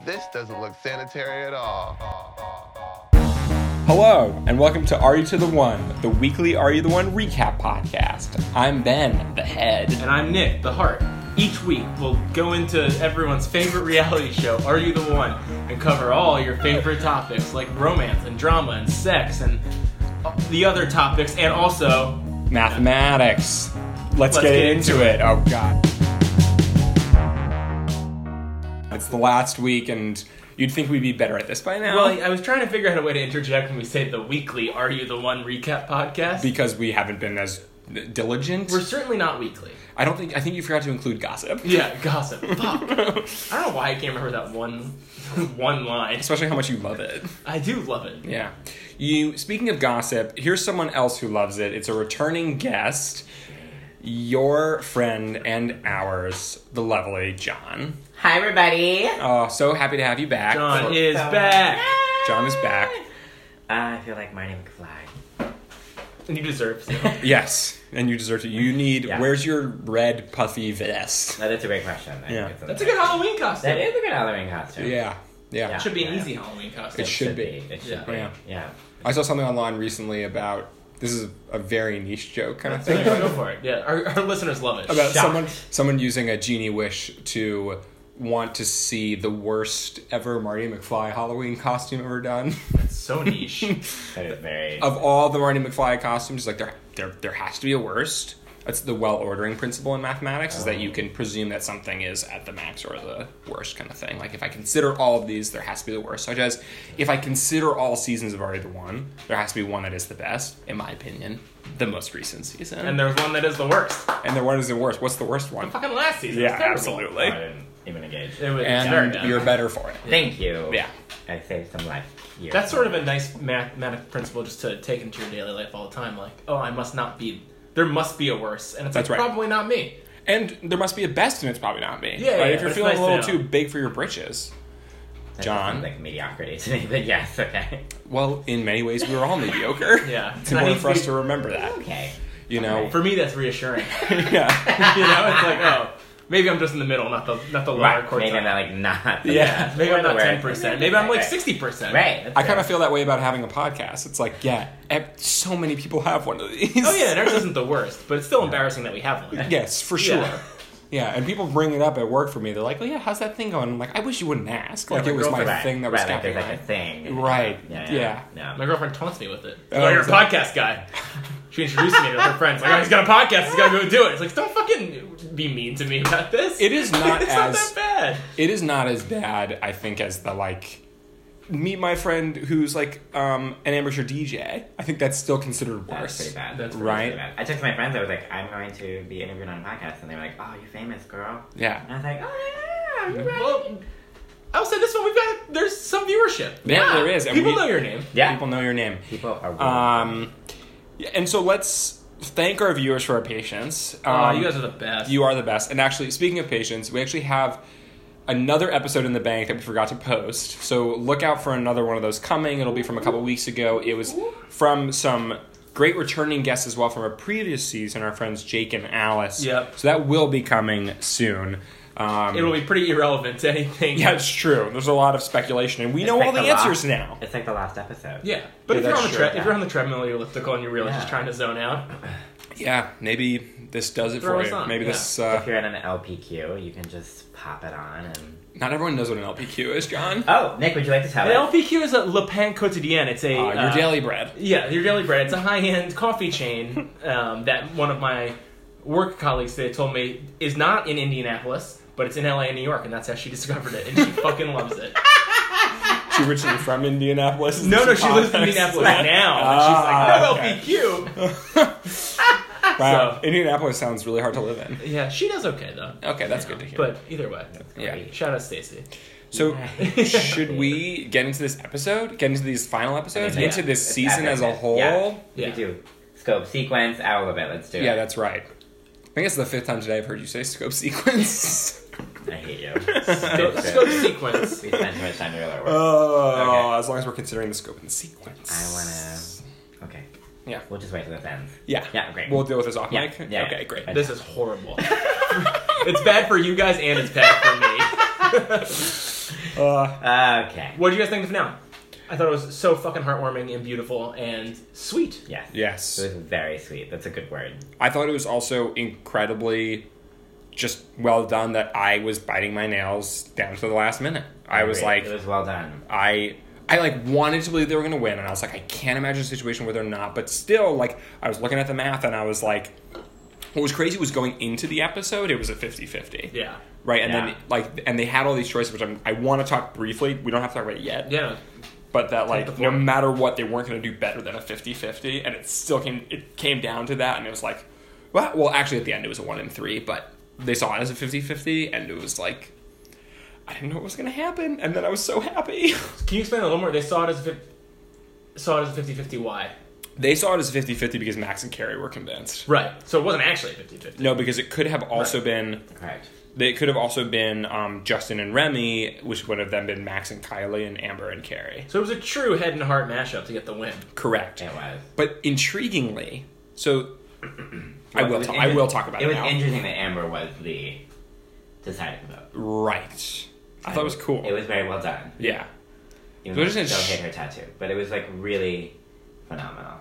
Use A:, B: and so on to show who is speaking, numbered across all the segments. A: This doesn't look sanitary at all.
B: Hello, and welcome to Are You to the One, the weekly Are You the One recap podcast. I'm Ben, the head.
C: And I'm Nick, the heart. Each week, we'll go into everyone's favorite reality show, Are You the One, and cover all your favorite topics like romance and drama and sex and the other topics, and also
B: Mathematics. Let's, get, into it. Oh, God. It's the last week, and you'd think we'd be better at this by now.
C: well, I was trying to figure out a way to interject when we say the weekly Are You the One recap podcast.
B: because we haven't been as diligent.
C: We're certainly not weekly.
B: I don't think, I think you forgot to include gossip.
C: Yeah, gossip. Fuck. I don't know why I can't remember that one one line.
B: Especially how much you love it.
C: I do love it.
B: Yeah. You speaking of gossip, here's someone else who loves it. It's a returning guest, your friend and ours, the lovely John.
D: Hi, everybody.
B: Oh, so happy to have you back.
C: John
B: For-
C: is
D: So-
C: back,
B: John is back.
D: Ah, I feel like my name could fly.
C: and he deserves it.
B: Yes, and you deserve to. You need.
D: Yeah.
B: Where's your red puffy vest?
D: No, that's a great question. I think
B: Yeah.
D: it's
C: That's a good Halloween costume.
D: That is a good Halloween costume.
B: Yeah, yeah.
D: Yeah.
C: Should be an
D: Yeah.
C: easy Halloween costume.
B: It should be.
D: It should
C: Yeah.
D: be.
B: Yeah.
D: Yeah.
B: I saw something online recently about this is a very niche joke kind of thing.
C: Yeah, go for it. Yeah, our, our listeners love it.
B: about
D: Shocked.
B: someone someone using a genie wish to want to see the worst ever Marty McFly Halloween costume ever done.
C: It's so niche.
D: That is very.
B: of all the Marty McFly costumes, like there there there has to be a worst. That's the well ordering principle in mathematics is that you can presume that something is at the max or the worst kind of thing. Like if I consider all of these, there has to be the worst. Such as if I consider all seasons of already the one, there has to be one that is the best, in my opinion. The most recent season.
C: and
B: And,
C: there's one that is the worst.
B: and then what is the worst? What's the worst one?
C: Fucking last season.
B: Yeah,
C: it was terrible.
B: absolutely.
D: I didn't even engage.
C: It was very
B: and
C: bad.
B: you're better for it.
D: Thank you.
B: Yeah.
D: I saved some life. Years.
C: That's sort of a nice mathematic principle just to take into your daily life all the time. Like, oh, I must not be. There must be a worse, and it's
B: That's
C: like,
B: right.
C: probably not me.
B: And there must be a best, and it's probably not me.
C: Yeah,
B: Like,
C: yeah,
B: if you're
C: but it's
B: feeling
C: nice
B: a
C: to
B: little
C: know.
B: too big for your britches.
D: That just
B: John.
D: sounds like mediocrity to me, but yes, okay.
B: Well, in many ways, we were all mediocre.
C: Yeah.
B: It's
C: And I
B: important
C: need
B: for us
C: to
B: to remember that.
D: Okay.
B: You know.
C: For me, that's reassuring.
B: yeah.
C: you know, it's like, oh, maybe I'm just in the middle, not the not the lower
D: Right.
C: quartile.
D: Maybe I'm not like not.
C: yeah, maybe I'm not
D: Right.
C: ten percent. Maybe I'm like
D: Right.
C: sixty percent.
D: Right. that's
B: I kind of
D: it.
B: feel that way about having a podcast. It's like, yeah, ev- so many people have one of these.
C: Oh yeah, ours isn't the worst, but it's still embarrassing that we have one.
B: Yes, for sure.
C: Yeah.
B: Yeah. and people bring it up at work for me. They're like, "Oh yeah, how's that thing going?" I'm like, "I wish you wouldn't ask. Like
C: my
B: it was my
D: Right.
B: thing that was
D: right, like,
B: happening."
D: there's like a thing.
B: Right,
D: Yeah.
B: yeah.
D: No.
C: My girlfriend taunts me with it.
B: Oh,
C: oh, you're a
B: is that-
C: podcast guy. She introduced me to her friends. Like, oh, he's got a podcast. He's got to go do it. It's like, don't fucking be mean to me about this.
B: It is not
C: it's
B: as-
C: not that
B: it is not as bad, I think, as the like meet my friend who's like um, an amateur DJ. I think that's still considered
D: That's
B: worse.
D: pretty bad.
C: That's
B: Right.
D: Pretty bad. I took my friends. I was like, I'm going to be interviewed on a podcast, and they were like, Oh, you famous girl. And
B: Yeah.
D: I was like, Oh yeah,
C: bad.
D: you're
C: Mm-hmm.
D: right.
C: Well, I will say this one. We've got there's some viewership.
B: Yeah, there is, and
C: People
B: we-
C: know your name.
D: yeah.
B: People
D: People,
B: know your name.
D: are. Weird.
B: Um, yeah, and so let's thank our viewers for our patience. Um,
C: Aw, you guys are the best.
B: you are the best. And actually, speaking of patience, we actually have another episode in the bank that we forgot to post. So look out for another one of those coming. It'll be from a couple weeks ago. It was from some great returning guests as well from a previous season, our friends Jake and Alice.
C: Yep.
B: So that will be coming soon. Um,
C: It'll be pretty irrelevant to anything.
B: Yeah, it's true. There's a lot of speculation, and we
D: It's
B: know
D: like
B: all the
D: the last-
B: answers now.
D: it's like the last episode.
C: Yeah, but
B: Yeah,
C: if you're
B: that's
C: on the
B: true,
C: tre-
D: yeah.
C: if you're on the treadmill or elliptical and you realize
D: Yeah.
C: just trying to zone out,
B: Yeah, maybe this does it
C: Throw
B: for
C: us
B: you.
C: on,
B: Maybe
C: yeah.
B: this.
D: If
B: Uh,
D: you're in an LPQ, you can just pop it on and.
B: not everyone knows what an LPQ is,
C: Uh,
B: John.
D: Oh, Nick, would you like to tell
C: the
D: us?
C: LPQ is a Le Pain Quotidien. It's a
B: Uh, your
C: uh,
B: daily bread.
C: Yeah, your daily bread. It's a high-end coffee chain um, that one of my work colleagues today told me is not in Indianapolis, but it's in LA and New York, and that's how she discovered it, and she fucking loves it.
B: She originally from Indianapolis.
C: No, no, she lives in Indianapolis Ah, now. and she's like, no LPQ.
B: Wow,
C: So-
B: Indianapolis sounds really hard to live in.
C: Yeah, she does okay though.
B: Okay, that's good to hear.
C: But either way,
B: yeah.
C: shout out Stacy.
B: So,
D: Yeah.
B: should we get into this episode? Get into these final episodes?
D: Yeah.
B: Into this
D: It's
B: season
D: epic.
B: as a whole?
D: Yeah.
C: Yeah.
D: You do scope sequence all of it. Let's do it.
B: Yeah, that's right. I think it's the fifth time today I've heard you say scope sequence.
D: I hate you.
C: Go,
D: It's
C: scope
D: good.
C: sequence.
D: we spent too much time together. at work.
B: Oh,
D: Okay.
B: as long as we're considering the scope and sequence.
D: I wanna.
C: Uh,
D: Okay.
B: Yeah.
D: We'll just wait till this ends.
B: Yeah.
D: Yeah, great.
B: We'll deal with this off
D: Yeah,
B: mic.
D: yeah,
B: okay,
D: yeah.
B: great.
D: I-
C: This is horrible. it's bad for you guys and it's bad for me.
B: Uh,
D: Okay.
C: What do you guys think of now? I thought it was so fucking heartwarming and beautiful and sweet.
D: Yes.
B: Yes.
D: It was very sweet. That's a good word.
B: I thought it was also incredibly just well done that I was biting my nails down to the last minute. I was
D: Great.
B: like,
D: it was well done.
B: I I like wanted to believe they were going to win, and I was like, I can't imagine a situation where they're not. But still, like I was looking at the math, and I was like, what was crazy was going into the episode, it was a 50-50.
C: Yeah.
B: Right, and
D: Yeah.
B: then like, and they had all these choices, which I'm, I want to talk briefly. We don't have to talk about it yet,
C: Yeah.
B: but that
C: the
B: like,
C: floor.
B: no matter what, they weren't going to do better than a 50-50, and it still came. It came down to that, and it was like, well, well, actually, at the end, it was a one in three, but they saw it as a 50-50, and it was like, I didn't know what was going to happen, and then I was so happy.
C: Can you explain a little more? They saw it as a fif- saw it as a 50-50 why.
B: They saw it as 50 50 because Max and Carrie were convinced.
C: Right. So it wasn't actually a 50-50.
B: No, because it could have also
C: Right.
B: been,
D: Correct.
B: they could have also been um, Justin and Remy, which would have then been Max and Kylie and Amber and Carrie.
C: So it was a true head and heart mashup to get the win.
B: Correct.
D: It was.
B: But intriguingly, so I will,
D: It was
B: ta- I will
D: inter-
B: talk about
D: it
B: it,
D: was
B: now.
D: interesting that Amber was the deciding vote.
B: right. I thought it was cool.
D: It was very well done.
B: yeah.
D: Even
B: So
D: though
B: it
D: she
B: isn't
D: still
B: sh-
D: hate her tattoo, but it was like really phenomenal.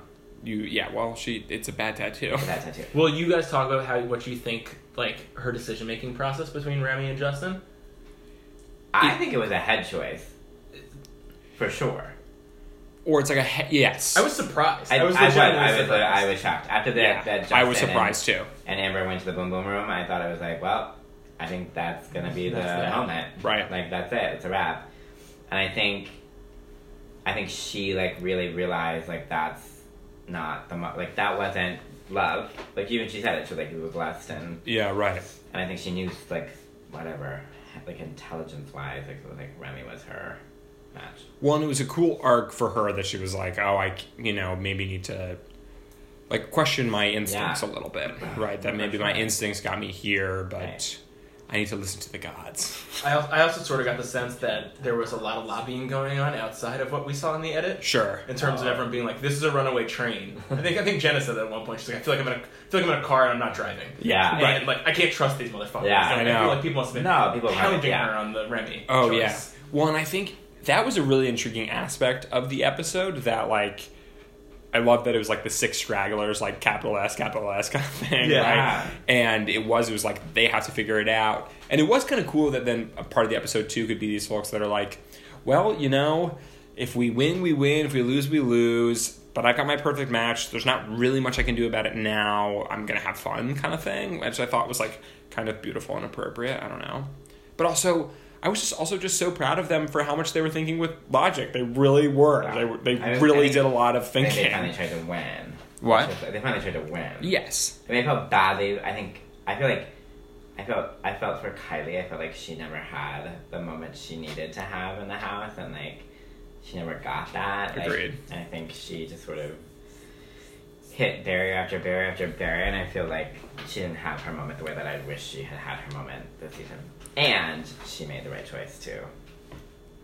B: You, yeah, well, she, it's a bad tattoo.
D: That tattoo.
C: Will you guys talk about how what you think like her decision making process between Remy and Justin?
D: I think it was a head choice, for sure.
B: Or it's like a, he- yes.
C: I was surprised. I, was
D: I, was,
C: legitimately
D: I was, uh,
C: surprised.
D: I was shocked after that.
B: yeah.
D: that
B: I was
D: Justin
B: surprised too.
D: And, and Amber went to the boom boom room. I thought I was like, well, I think that's gonna be the
C: That's that.
D: moment,
B: Right.
D: Like that's it. It's a wrap. And I think, I think she like really realized like that's not the mo- like that wasn't love. Like even she said it. She was like, we were blessed, and
B: Yeah, right.
D: and I think she knew like whatever, like intelligence wise, like like Remy was her match.
B: Well, and it was a cool arc for her that she was like, oh, I, c- you know, maybe need to, like, question my instincts a
D: Yeah.
B: little bit, right? That maybe my instincts got me here, but
D: Right.
B: I need to listen to the gods.
C: I, al- I also sort of got the sense that there was a lot of lobbying going on outside of what we saw in the edit.
B: Sure.
C: In terms of everyone being like, "This is a runaway train." I think I think Jenna said that at one point. She's like, "I feel like I'm in a I feel like I'm in a car and I'm not driving."
D: Yeah.
C: And
B: Right.
C: like, I can't trust these motherfuckers.
D: Yeah,
C: And
B: I know.
C: feel like people must have been
D: No, people have-
C: pounding
D: yeah.
C: her on the Remy.
B: Oh
C: choice.
B: yeah. Well, and I think that was a really intriguing aspect of the episode that like I love that it was like the six stragglers, like capital S, capital S kind of thing.
C: Yeah.
B: Right? And it was it was like they have to figure it out. And it was kind of cool that then a part of the episode two could be these folks that are like, well, you know, if we win, we win. If we lose, we lose. But I got my perfect match. There's not really much I can do about it now. I'm gonna have fun, kind of thing, which I thought was like kind of beautiful and appropriate. I don't know, but also I was just also just so proud of them for how much they were thinking with logic. They really were. They were, they
D: I was-
B: really
D: I
B: did a lot of
D: I think they
B: thinking.
D: finally tried to win.
B: What?
D: They finally tried to win.
B: Yes.
D: I mean, I felt badly. I think I feel like I felt I felt for Kylie. I felt like she never had the moment she needed to have in the house, and like she never got that. Like,
B: Agreed.
D: And I think she just sort of hit barrier after barrier after barrier, and I feel like she didn't have her moment the way that I wish she had had her moment this season. And she made the right choice too.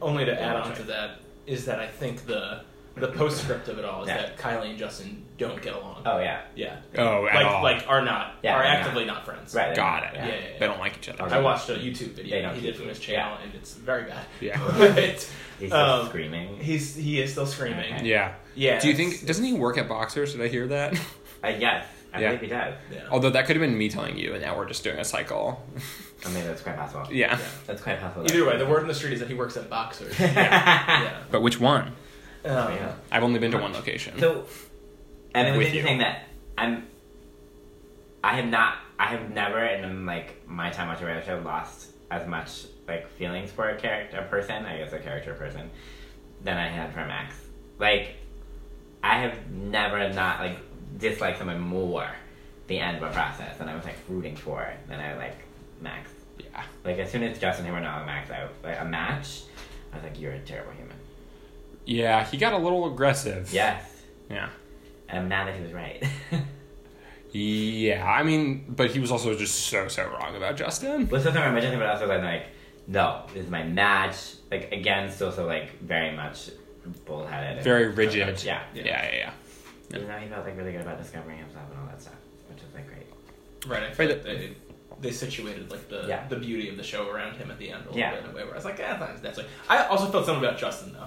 C: Only to add
D: Yeah,
C: on
D: right.
C: to that is that I think the the postscript of it all is
D: Yeah.
C: that Kylie and Justin don't get along.
D: Oh yeah,
C: Yeah.
B: Oh, at
C: like
B: all.
C: like are not
D: Yeah,
C: are
D: yeah.
C: actively not friends.
D: right.
B: got it.
D: Yeah.
C: Yeah, yeah, yeah.
B: They don't like each other.
C: I watched a YouTube video
D: They don't
C: he
D: keep
C: did from
D: you.
C: his channel, and it's very bad.
B: Yeah.
C: But,
D: He's
C: um,
D: just screaming.
C: he's he is still screaming.
D: Okay.
B: Yeah.
C: Yeah.
B: Do you
C: it's-
B: think doesn't he work at Boxers? Did I hear that?
D: Uh, yes, I
B: Yeah.
D: believe he does.
C: Yeah.
B: Although that could have been me telling you, and now we're just doing a cycle.
D: I mean, that's quite possible.
B: yeah.
D: That's quite possible.
C: Either way, the word in the street is that he works at Boxers. yeah. yeah.
B: But which one?
C: Um,
D: Oh, Yeah.
B: I've only been to one location.
D: So, and it was
B: With
D: interesting
B: you.
D: that I'm. I have not. I have never in like my time watching reality show lost as much like feelings for a character, a person, I guess a character person, than I had for Max. Like, I have never not like disliked someone more the end of a process, and I was like rooting for it, than I like Max.
B: yeah.
D: Like as soon as Justin Hayward and Max, I like a match. I was like, you're a terrible human.
B: Yeah, he got a little aggressive.
D: Yes,
B: Yeah.
D: and I'm mad that he was right.
B: Yeah. I mean, but he was also just so so wrong about Justin.
D: Well, sometimes I'm imagining, but also like, like, no, this is my match. Like again, still so like very much bullheaded. and-
B: Very rigid.
D: Yeah.
B: Yeah. Yeah. yeah.
D: Even though he felt like really good about discovering himself and all that stuff, which is like great.
C: Right. I
B: Right,
C: feel
B: that-
C: like they they situated like the
D: Yeah.
C: the beauty of the show around him at the end a little
D: Yeah.
C: bit in a way where I was like, ah, that's, that's like. I also felt something about Justin though.
D: Uh,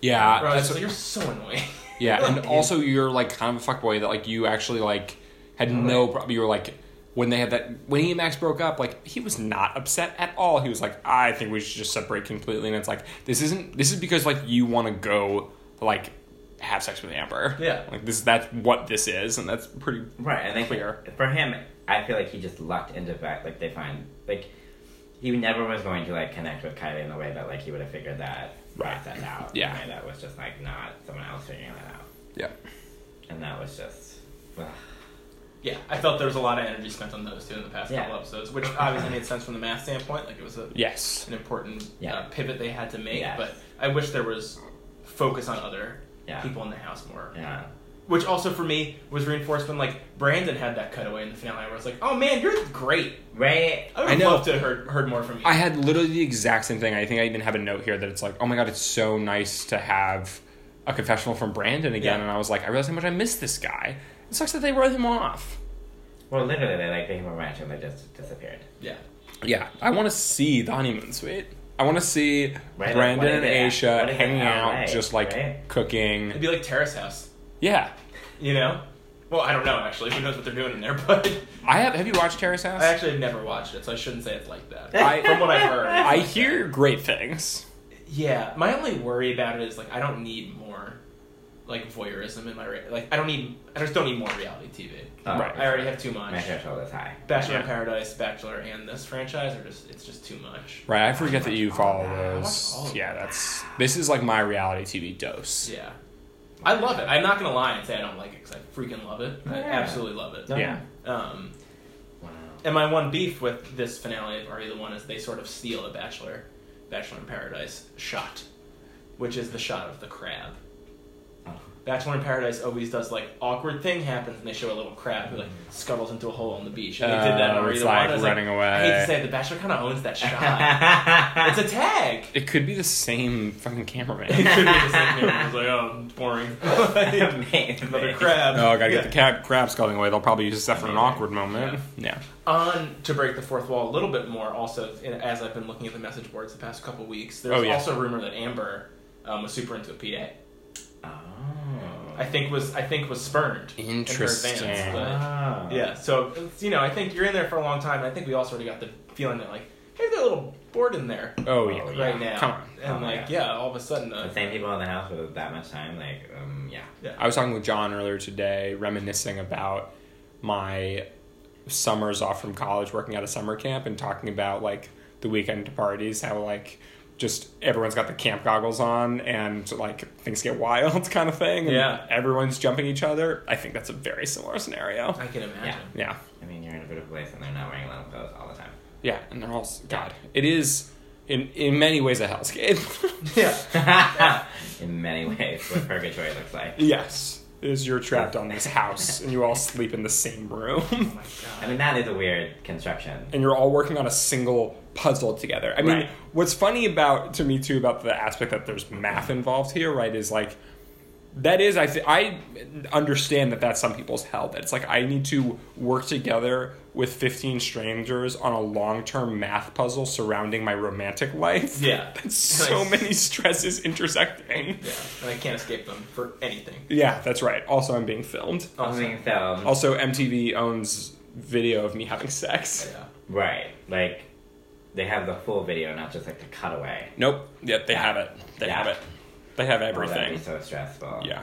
B: Yeah,
C: Where I was
B: that's
C: just like, you're so annoying.
B: yeah, and also you're like kind of a fuckboy that like you actually like had no problem. You were like when they had that when he and Max broke up, like he was not upset at all. He was like, I think we should just separate completely, and it's like this isn't this is because like you want to go like have sex with Amber.
C: Yeah.
B: like this that's what this is, and that's pretty
D: Right, and I think
B: Clear.
D: for him, I feel like he just lucked into that. Like they find like he never was going to like connect with Kylie in the way that like he would have figured that
B: Right.
D: process out.
B: Yeah.
D: in a way that was just like not someone else figuring that out,
B: yeah.
D: and that was just. ugh.
C: yeah, I felt there was a lot of energy spent on those two in the past
D: Yeah.
C: couple episodes, which obviously made sense from the math standpoint. Like it was a
B: Yes.
C: an important
D: Yeah.
C: uh, pivot they had to make.
D: Yes.
C: But I wish there was focus on other
D: Yeah.
C: people in the house more.
D: Yeah.
C: Which also for me was reinforced when like Brandon had that cutaway in the finale where it's like, oh man, you're great.
D: Right.
C: I would
B: I
C: have
B: know.
C: loved to have heard, heard more from you.
B: I had literally the exact same thing. I think I even have a note here that it's like, oh my god, it's so nice to have a confessional from Brandon again.
C: Yeah.
B: And I was like, I realized how much I missed this guy. It sucks that they wrote him off.
D: Well, literally, they like they were match and they just disappeared.
C: yeah.
B: Yeah, I want to see the honeymoon suite. I want to see
D: Right, like,
B: Brandon
D: what is
B: and
D: it?
B: Aisha
D: What is it?
B: hanging
D: Oh,
B: out,
D: right,
B: just like
D: right.
B: cooking.
C: It'd be like Terrace House,
B: Yeah,
C: you know? Well, I don't know actually. Who knows what they're doing in there? But
B: I have. Have you watched Terrace House?
C: I actually have never watched it, so I shouldn't say it's like that.
B: I-
C: from what I've heard,
B: I hear great things.
C: Yeah, my only worry about it is like I don't need more, like voyeurism in my re- like I don't need I just don't need more reality TV.
D: Oh,
B: Right.
C: I already have too
D: My
C: much.
D: threshold is high.
C: Bachelor in
B: Yeah.
C: Paradise, Bachelor, and this franchise are just it's just too much.
B: Right, I forget that you follow
C: that. I watch all
B: those.
C: of
B: Yeah, that's this is like my reality TV dose.
C: Yeah, I love it. I'm not gonna lie and say I don't like it because I freaking love it. I
D: Yeah.
C: absolutely love it.
D: No.
B: Yeah.
C: Um,
D: Wow.
C: and my one beef with this finale of Are You the One is they sort of steal a Bachelor, Bachelor in Paradise shot, which is the shot of the crab.
D: Oh.
C: Bachelor in Paradise always does like awkward thing happens and they show a little crab who like scuttles into a hole on the beach and they did that
B: Mm. Oh,
C: on Are You
B: it's
C: the One.
B: like
C: I was
B: running
C: I hate
B: away.
C: to say it, the Bachelor kind of owns that shot. it's a tag.
B: It could be the same fucking cameraman.
C: It could be the same thing. I was like, oh, it's boring.
D: Amazing.
C: Another crab.
B: Oh, I gotta
C: Yeah.
B: get the cab, crabs going away. They'll probably use that for an
D: Amazing.
B: awkward moment. Yeah.
C: on to break the fourth wall a little bit more also in- as i've been looking at the message boards the past couple weeks there's
B: Oh, yeah.
C: also a rumor that amber um, was super into a pa
D: Oh.
C: i think was i think was spurned in her advance,
B: Interesting.
C: but-
D: Oh.
C: yeah so it's, you know i think you're in there for a long time and i think we all sort of got the feeling that like maybe they're a little bored in there
B: Oh yeah.
D: Oh, yeah.
C: right now
B: Come on.
C: and
D: Oh, my
C: like
D: God.
C: yeah all of a sudden uh,
D: The same people in the house with that much time, like, um, yeah.
B: I was talking with John earlier today, reminiscing about my summers off from college, working at a summer camp, and talking about like the weekend parties, how like just everyone's got the camp goggles on and like things get wild kind of thing. and
C: Yeah.
B: Everyone's jumping each other. I think that's a very similar scenario.
C: i can imagine
D: Yeah.
B: Yeah.
D: I mean, you're in a bit of a place and they're not wearing long clothes all the time.
B: Yeah. And they're all s- God. It is in in many ways a hellscape.
C: yeah
D: in many ways, what purgatory looks like.
B: Yes. It is you're trapped on this house and you all sleep in the same
C: oh
B: room.
C: my
D: I
C: god
D: mean, that is a weird construction.
B: and you're all working on a single puzzle together. I mean,
D: Right.
B: what's funny about to me too about the aspect that there's math involved here, right? Is like that is I th- I understand that that's some people's hell. That it's like I need to work together with 15 strangers on a long-term math puzzle surrounding my romantic life.
C: Yeah.
B: That's so many stresses intersecting.
C: yeah and i can't escape them for anything
B: Yeah, that's right. Also, I'm being filmed.
D: I mean, so,
B: Also, MTV owns video of me having sex.
C: yeah
D: right, like, they have the full video, not just like the cutaway.
B: Nope. Yep, they have it. They
D: Yeah.
B: have it. They have
D: Oh, that'd be
B: everything.
D: so stressful.
B: Yeah.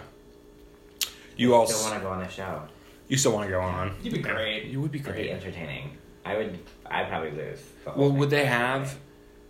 B: You
D: I
B: all.
D: still want to go on a show.
B: you still want to go on?
C: You'd be great.
B: You would be
D: It'd be
B: great.
D: entertaining. I would, I'd probably lose. the whole
B: Well, would
D: thing.
B: they have?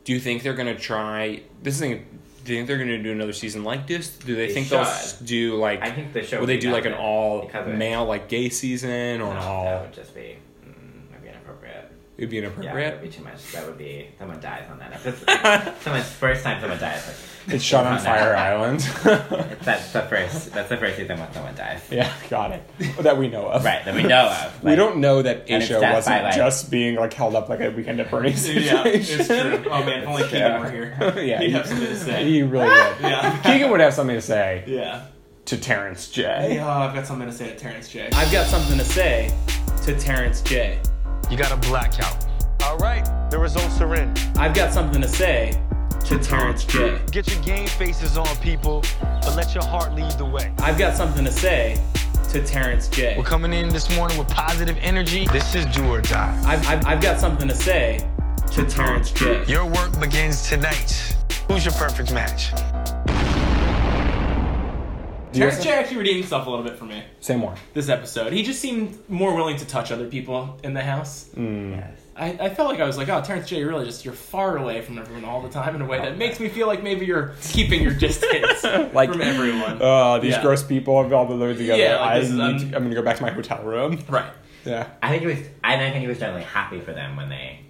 B: Do you think they're gonna try this thing? Do you think they're gonna do another season like this? Do they,
D: They
B: think they'll
D: should.
B: s- do like?
D: I think the show
B: Will they
D: would be
B: do like an
D: better
B: all
D: because of it.
B: male like gay season or
D: No,
B: an
D: That
B: all?
D: would just be, mm, that'd be inappropriate.
B: It'd be
D: Yeah, that would
B: inappropriate.
D: be too much. That would be someone dies on that episode. someone first time someone dies. Like,
B: it's shot on
D: No.
B: Fire Island.
D: that's the first. That's the first season when someone dies.
B: yeah, got it. That we know of.
D: Right, that we know of.
B: we
D: Like,
B: don't know that
D: And it's
B: Asia
D: death
B: wasn't
D: by, like-
B: just being like held up like a weekend at Bernie's.
C: yeah it's
B: situation.
C: true oh man if only keegan
B: Yeah.
C: were here
B: yeah,
C: he'd
B: he-
C: have something to say
B: He really would.
C: yeah
B: Keegan would have something to say
C: yeah
B: to Terrence J.
C: Yeah, I've got something to say to Terrence J. I've got something to say to Terrence J.
A: You got a blackout.
E: All right, the results are in.
C: I've got something to say to Terrence J.
E: Get your game faces on, people, but let your heart lead the way.
C: I've got something to say to Terrence J.
E: We're coming in this morning with positive energy. This is do or die.
C: I've, I've, I've got something to say to Terrence J.
E: Your work begins tonight. Who's your perfect match?
C: Terrence J actually redeemed himself a little bit for me
B: Say more.
C: this episode. He just seemed more willing to touch other people in the house.
B: Mm.
C: I, I felt like I was like, oh, Terrence J, you're really just, you're far away from everyone all the time in a way that makes me feel like maybe you're keeping your distance
B: Like-
C: from everyone.
B: Uh, these
C: Yeah.
B: gross people have all been living together.
C: Yeah, like,
B: I
C: this is-
B: need
C: I'm-
B: to, I'm gonna go back to my hotel room.
C: right.
B: Yeah.
D: I think he was. I think he was definitely happy for them when they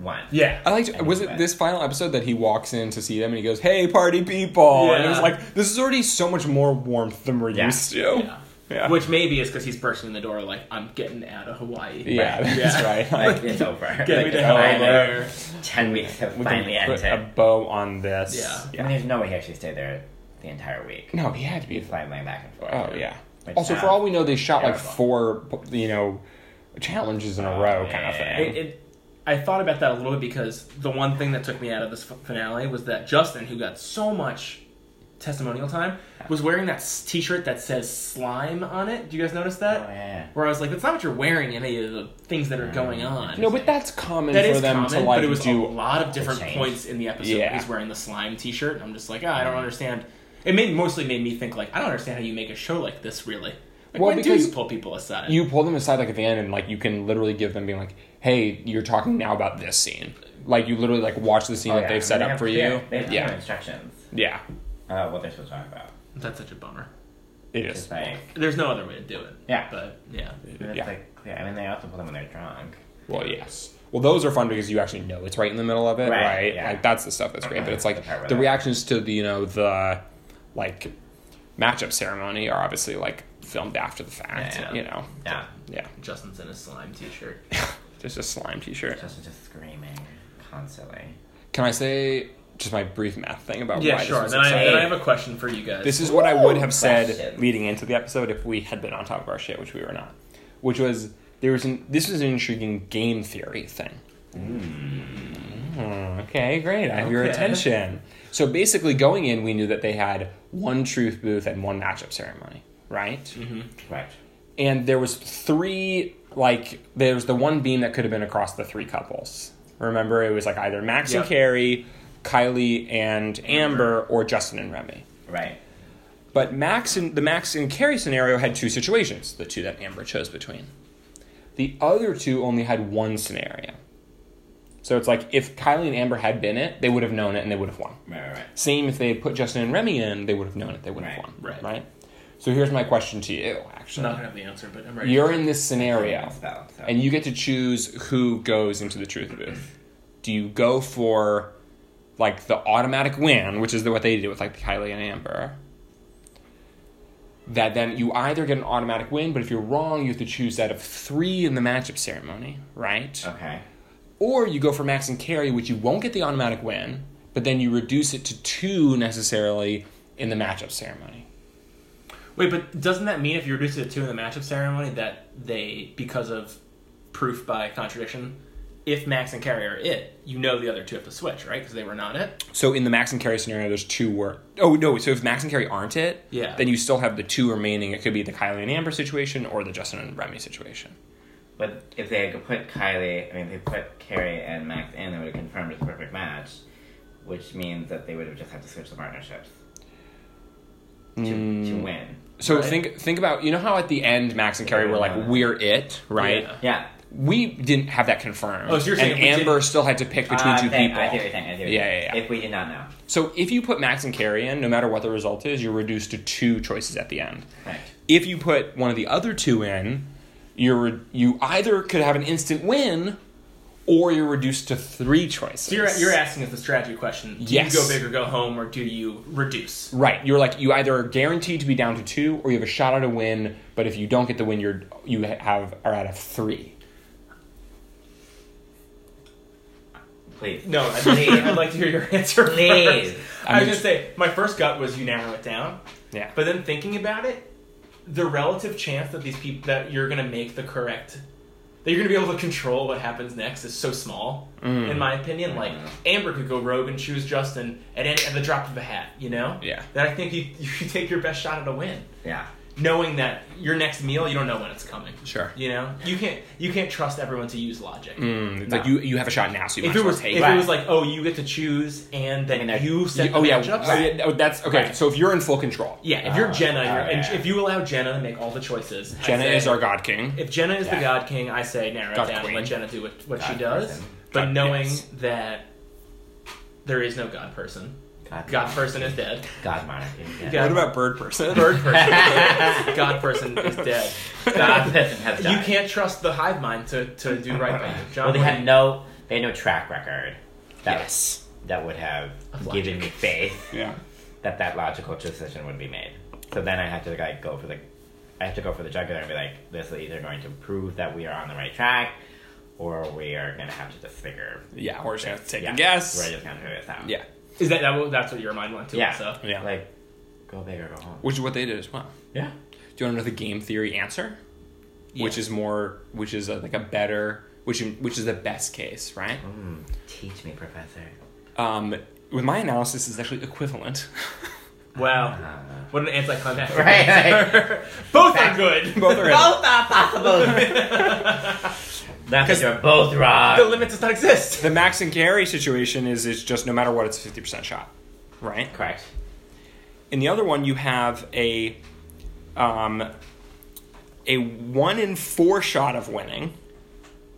D: won.
C: Yeah.
B: I liked.
D: I
B: Was
D: love
B: it
D: it.
B: this final episode that he walks in to see them and he goes, "Hey, party people!" And it was
C: Yeah.
B: like, this is already so much more warmth than we're
D: Yeah.
B: used to.
C: Yeah.
B: Yeah.
C: Which maybe is because he's bursting in the door like, I'm getting out of Hawaii.
B: Yeah,
D: Right.
B: that's
C: Yeah.
B: right.
D: Like it's over.
C: Get me
D: Like,
C: the hell out of
D: finally,
C: there.
D: Ten weeks have
B: we
D: finally
B: can put
D: ended.
B: a bow on this.
C: Yeah.
D: I mean, there's no way he actually stayed there the entire week.
B: No, he had to be.
D: He's flying back and forth.
B: Oh yeah.
D: But
B: also,
D: now-
B: for all we know, they shot like
D: Terrible.
B: four, you know, challenges in a row, kind of
D: yeah.
B: thing.
C: It, it, I thought about that a little bit because the one thing that took me out of this f- finale was that Justin, who got so much testimonial time, was wearing that s- T-shirt that says "slime" on it. Do you guys notice that?
D: Oh, yeah.
C: Where I was like, that's not what you're wearing. Any of the things that are going on.
B: no, but that's common
C: that
B: Mm. for
C: is
B: them
C: common,
B: to like
C: but it was
B: do.
C: a lot of different
D: change.
C: points in the episode.
B: Yeah. Mm.
C: He's wearing the slime T-shirt, and I'm just like, oh, I don't understand. It made mostly made me think like, I don't understand how you make a show like this really. Like,
B: Well,
C: when do
B: because
C: you pull people aside?
B: you pull them aside like at the end and like you can literally give them being like hey you're talking now about this scene like you literally like watch the scene
D: Oh,
B: that
D: yeah.
B: they've set
D: They
B: up
D: have
B: for
D: clear-
B: you
D: They have clear
B: yeah
D: instructions.
B: yeah
D: Uh, what they're supposed to talk about.
C: That's such a bummer.
B: it
D: It's
B: is
D: like,
C: There's no other way to do it.
D: Yeah.
C: but yeah.
D: it's
B: Yeah.
D: like clear. I mean, they also put them when they're drunk.
B: well yes well those are fun because you actually know it's right in the middle of it right,
D: Right, yeah.
B: like that's the stuff that's great but it's
D: The
B: like
D: part where
B: the
D: they're-
B: reactions to the you know the like matchup ceremony are obviously like filmed after the fact
D: Yeah.
B: you know
D: Yeah.
B: yeah
C: Justin's in a slime T-shirt.
B: just a slime t-shirt
D: Justin's just screaming constantly.
B: can i say just my brief math thing about
C: Yeah,
B: why
C: sure.
B: this was
C: Then I,
B: successful?
C: then I have a question for you guys.
B: This is what I would have said
D: Question.
B: leading into the episode if we had been on top of our shit, which we were not. Which was there was an this was an intriguing game theory thing. Mm, okay, great. I have your
C: Hmm. Okay.
B: attention. So basically, going in, we knew that they had one truth booth and one matchup ceremony, right?
C: Mm-hmm.
D: Right.
B: And there was three like there was the one beam that could have been across the three couples. Remember, it was like either Max
C: Yep.
B: and Carrie, Kylie and Amber, or Justin and Remy.
D: Right.
B: But Max and the Max and Carrie scenario had two situations, the two that Amber chose between. The other two only had one scenario. So it's like if Kylie and Amber had been it, they would have known it and they would have won.
D: Right, right, right.
B: Same if they had put Justin and Remy in, they would have known it, they would have
D: Right,
B: won.
C: right.
B: Right? So here's my question to you,
C: I'm
B: actually.
C: not gonna have the answer, but I'm ready.
B: You're in this scenario
D: Spell, so.
B: and you get to choose who goes into the truth booth. Do you go for like the automatic win, which is what they did with like Kylie and Amber? That then you either get an automatic win, but if you're wrong, you have to choose out of three in the matchup ceremony, right?
D: Okay.
B: Or you go for Max and Carrie, which you won't get the automatic win, but then you reduce it to two necessarily in the matchup ceremony.
C: Wait, but doesn't that mean if you reduce it to two in the matchup ceremony that they, because of proof by contradiction, if Max and Carrie are it, you know the other two have to switch, right? Because they were not it.
B: So in the Max and Carrie scenario, there's two were. Oh no! So if Max and Carrie aren't it,
C: Yeah.
B: then you still have the two remaining. It could be the Kylie and Amber situation or the Justin and Remy situation.
D: But if they had put Kylie, I mean, if they put Carrie and Max in, they would have confirmed it's a perfect match, which means that they would have just had to switch the partnerships to, to
B: Mm.
D: win.
B: So
C: Right.
B: think think about you know how at the end Max and Carrie were like we're it right?
C: Yeah.
D: Yeah.
B: We didn't have that confirmed.
C: Oh, so you're saying
B: and
C: we didn't- Ah,
B: Amber still had to pick between
D: Uh,
B: two
D: okay,
B: people.
D: I see what you're saying. I see what you're
B: Yeah,
D: saying.
B: yeah, yeah.
D: If we did not know.
B: So if you put Max and Carrie in, no matter what the result is, you're reduced to two choices at the end.
D: Right.
B: If you put one of the other two in, you're re- you either could have an instant win, or you're reduced to three choices.
C: So you're, you're asking us the strategy question. Do
B: Yes.
C: you go big or go home, or do you reduce?
B: Right. You're like you either are guaranteed to be down to two, or you have a shot at a win. But if you don't get the win, you're you ha- have are out of three.
D: Please.
C: No, I'd, I'd
D: Please.
C: like to hear your answer.
D: Please.
C: First. I was
B: mean-
C: gonna say my first gut was you narrow it down,
B: Yeah.
C: But then thinking about it, the relative chance that these people that you're gonna make the correct that you're gonna be able to control what happens next is so small,
B: Mm.
C: in my opinion. Like Amber could go rogue and choose Justin at any, at the drop of a hat, you know?
B: Yeah.
C: That I think you you take your best shot at a win,
D: Yeah.
C: knowing that your next meal you don't know when it's coming.
B: Sure.
C: You know you can't you can't trust everyone to use logic.
B: Mm, it's Like you, you have a shot now, so you
C: If
B: might
C: it
B: as well
C: was
B: take
C: if
B: it.
C: it was like oh you get to choose and
D: I
C: then
D: mean, they're-
C: you set
B: You-
C: the
B: oh yeah,
C: matchups.
B: oh, yeah, oh, that's okay.
D: Right.
B: So if you're in full control,
C: Yeah, if you're
D: Oh,
C: Jenna, you're, and
D: okay.
C: if you allow Jenna to make all the choices, I
B: Jenna
C: say-
B: is our god king.
C: If Jenna is
D: Yeah.
C: the God King, I say narrow
B: God
C: it down
B: Queen.
C: and let Jenna do what, what she
D: God
C: does.
D: person.
C: But
B: God-
C: knowing
B: yes.
C: that there is no God person,
D: God,
C: God person is dead.
D: God monarchy. Yeah.
C: God-
B: what about bird person?
C: Bird person, God person is dead.
D: God person has
C: You
D: died.
C: can't trust the hive mind to, to do right by you. John,
D: Well, they
C: what
D: had
C: do
D: no. They had no track record. That,
B: Yes.
D: That would have
C: Of
D: given me
C: logic.
D: faith
B: Yeah.
D: that that logical decision would be made. So then I have to like go for the. I have to go for the jugular and be like, this is either going to prove that we are on the right track, or we are going to have to just figure.
B: Yeah, we're just gonna have to take
D: Yeah,
B: a guess.
D: We're just going to figure this out.
B: Yeah.
C: you- is that, that what- that's what your mind went to?
D: Yeah.
C: So.
B: Yeah.
D: Like, go big or go home.
B: Which is what they did as well.
D: Yeah.
B: Do you want to know the game theory answer? Which is more, which is a, like a better, which which is the best case, right?
D: Mm, teach me, professor.
B: Um, with my analysis, is actually equivalent.
C: Wow.
D: Uh,
C: What an anticlimactic
D: Right,
C: answer. Both are good.
B: Both are in.
D: are possible. Because you're both wrong.
C: The limit does not exist.
B: The max and carry situation is it's just no matter what, it's a fifty percent shot, right?
D: Correct.
B: In the other one, you have a um, a one in four shot of winning,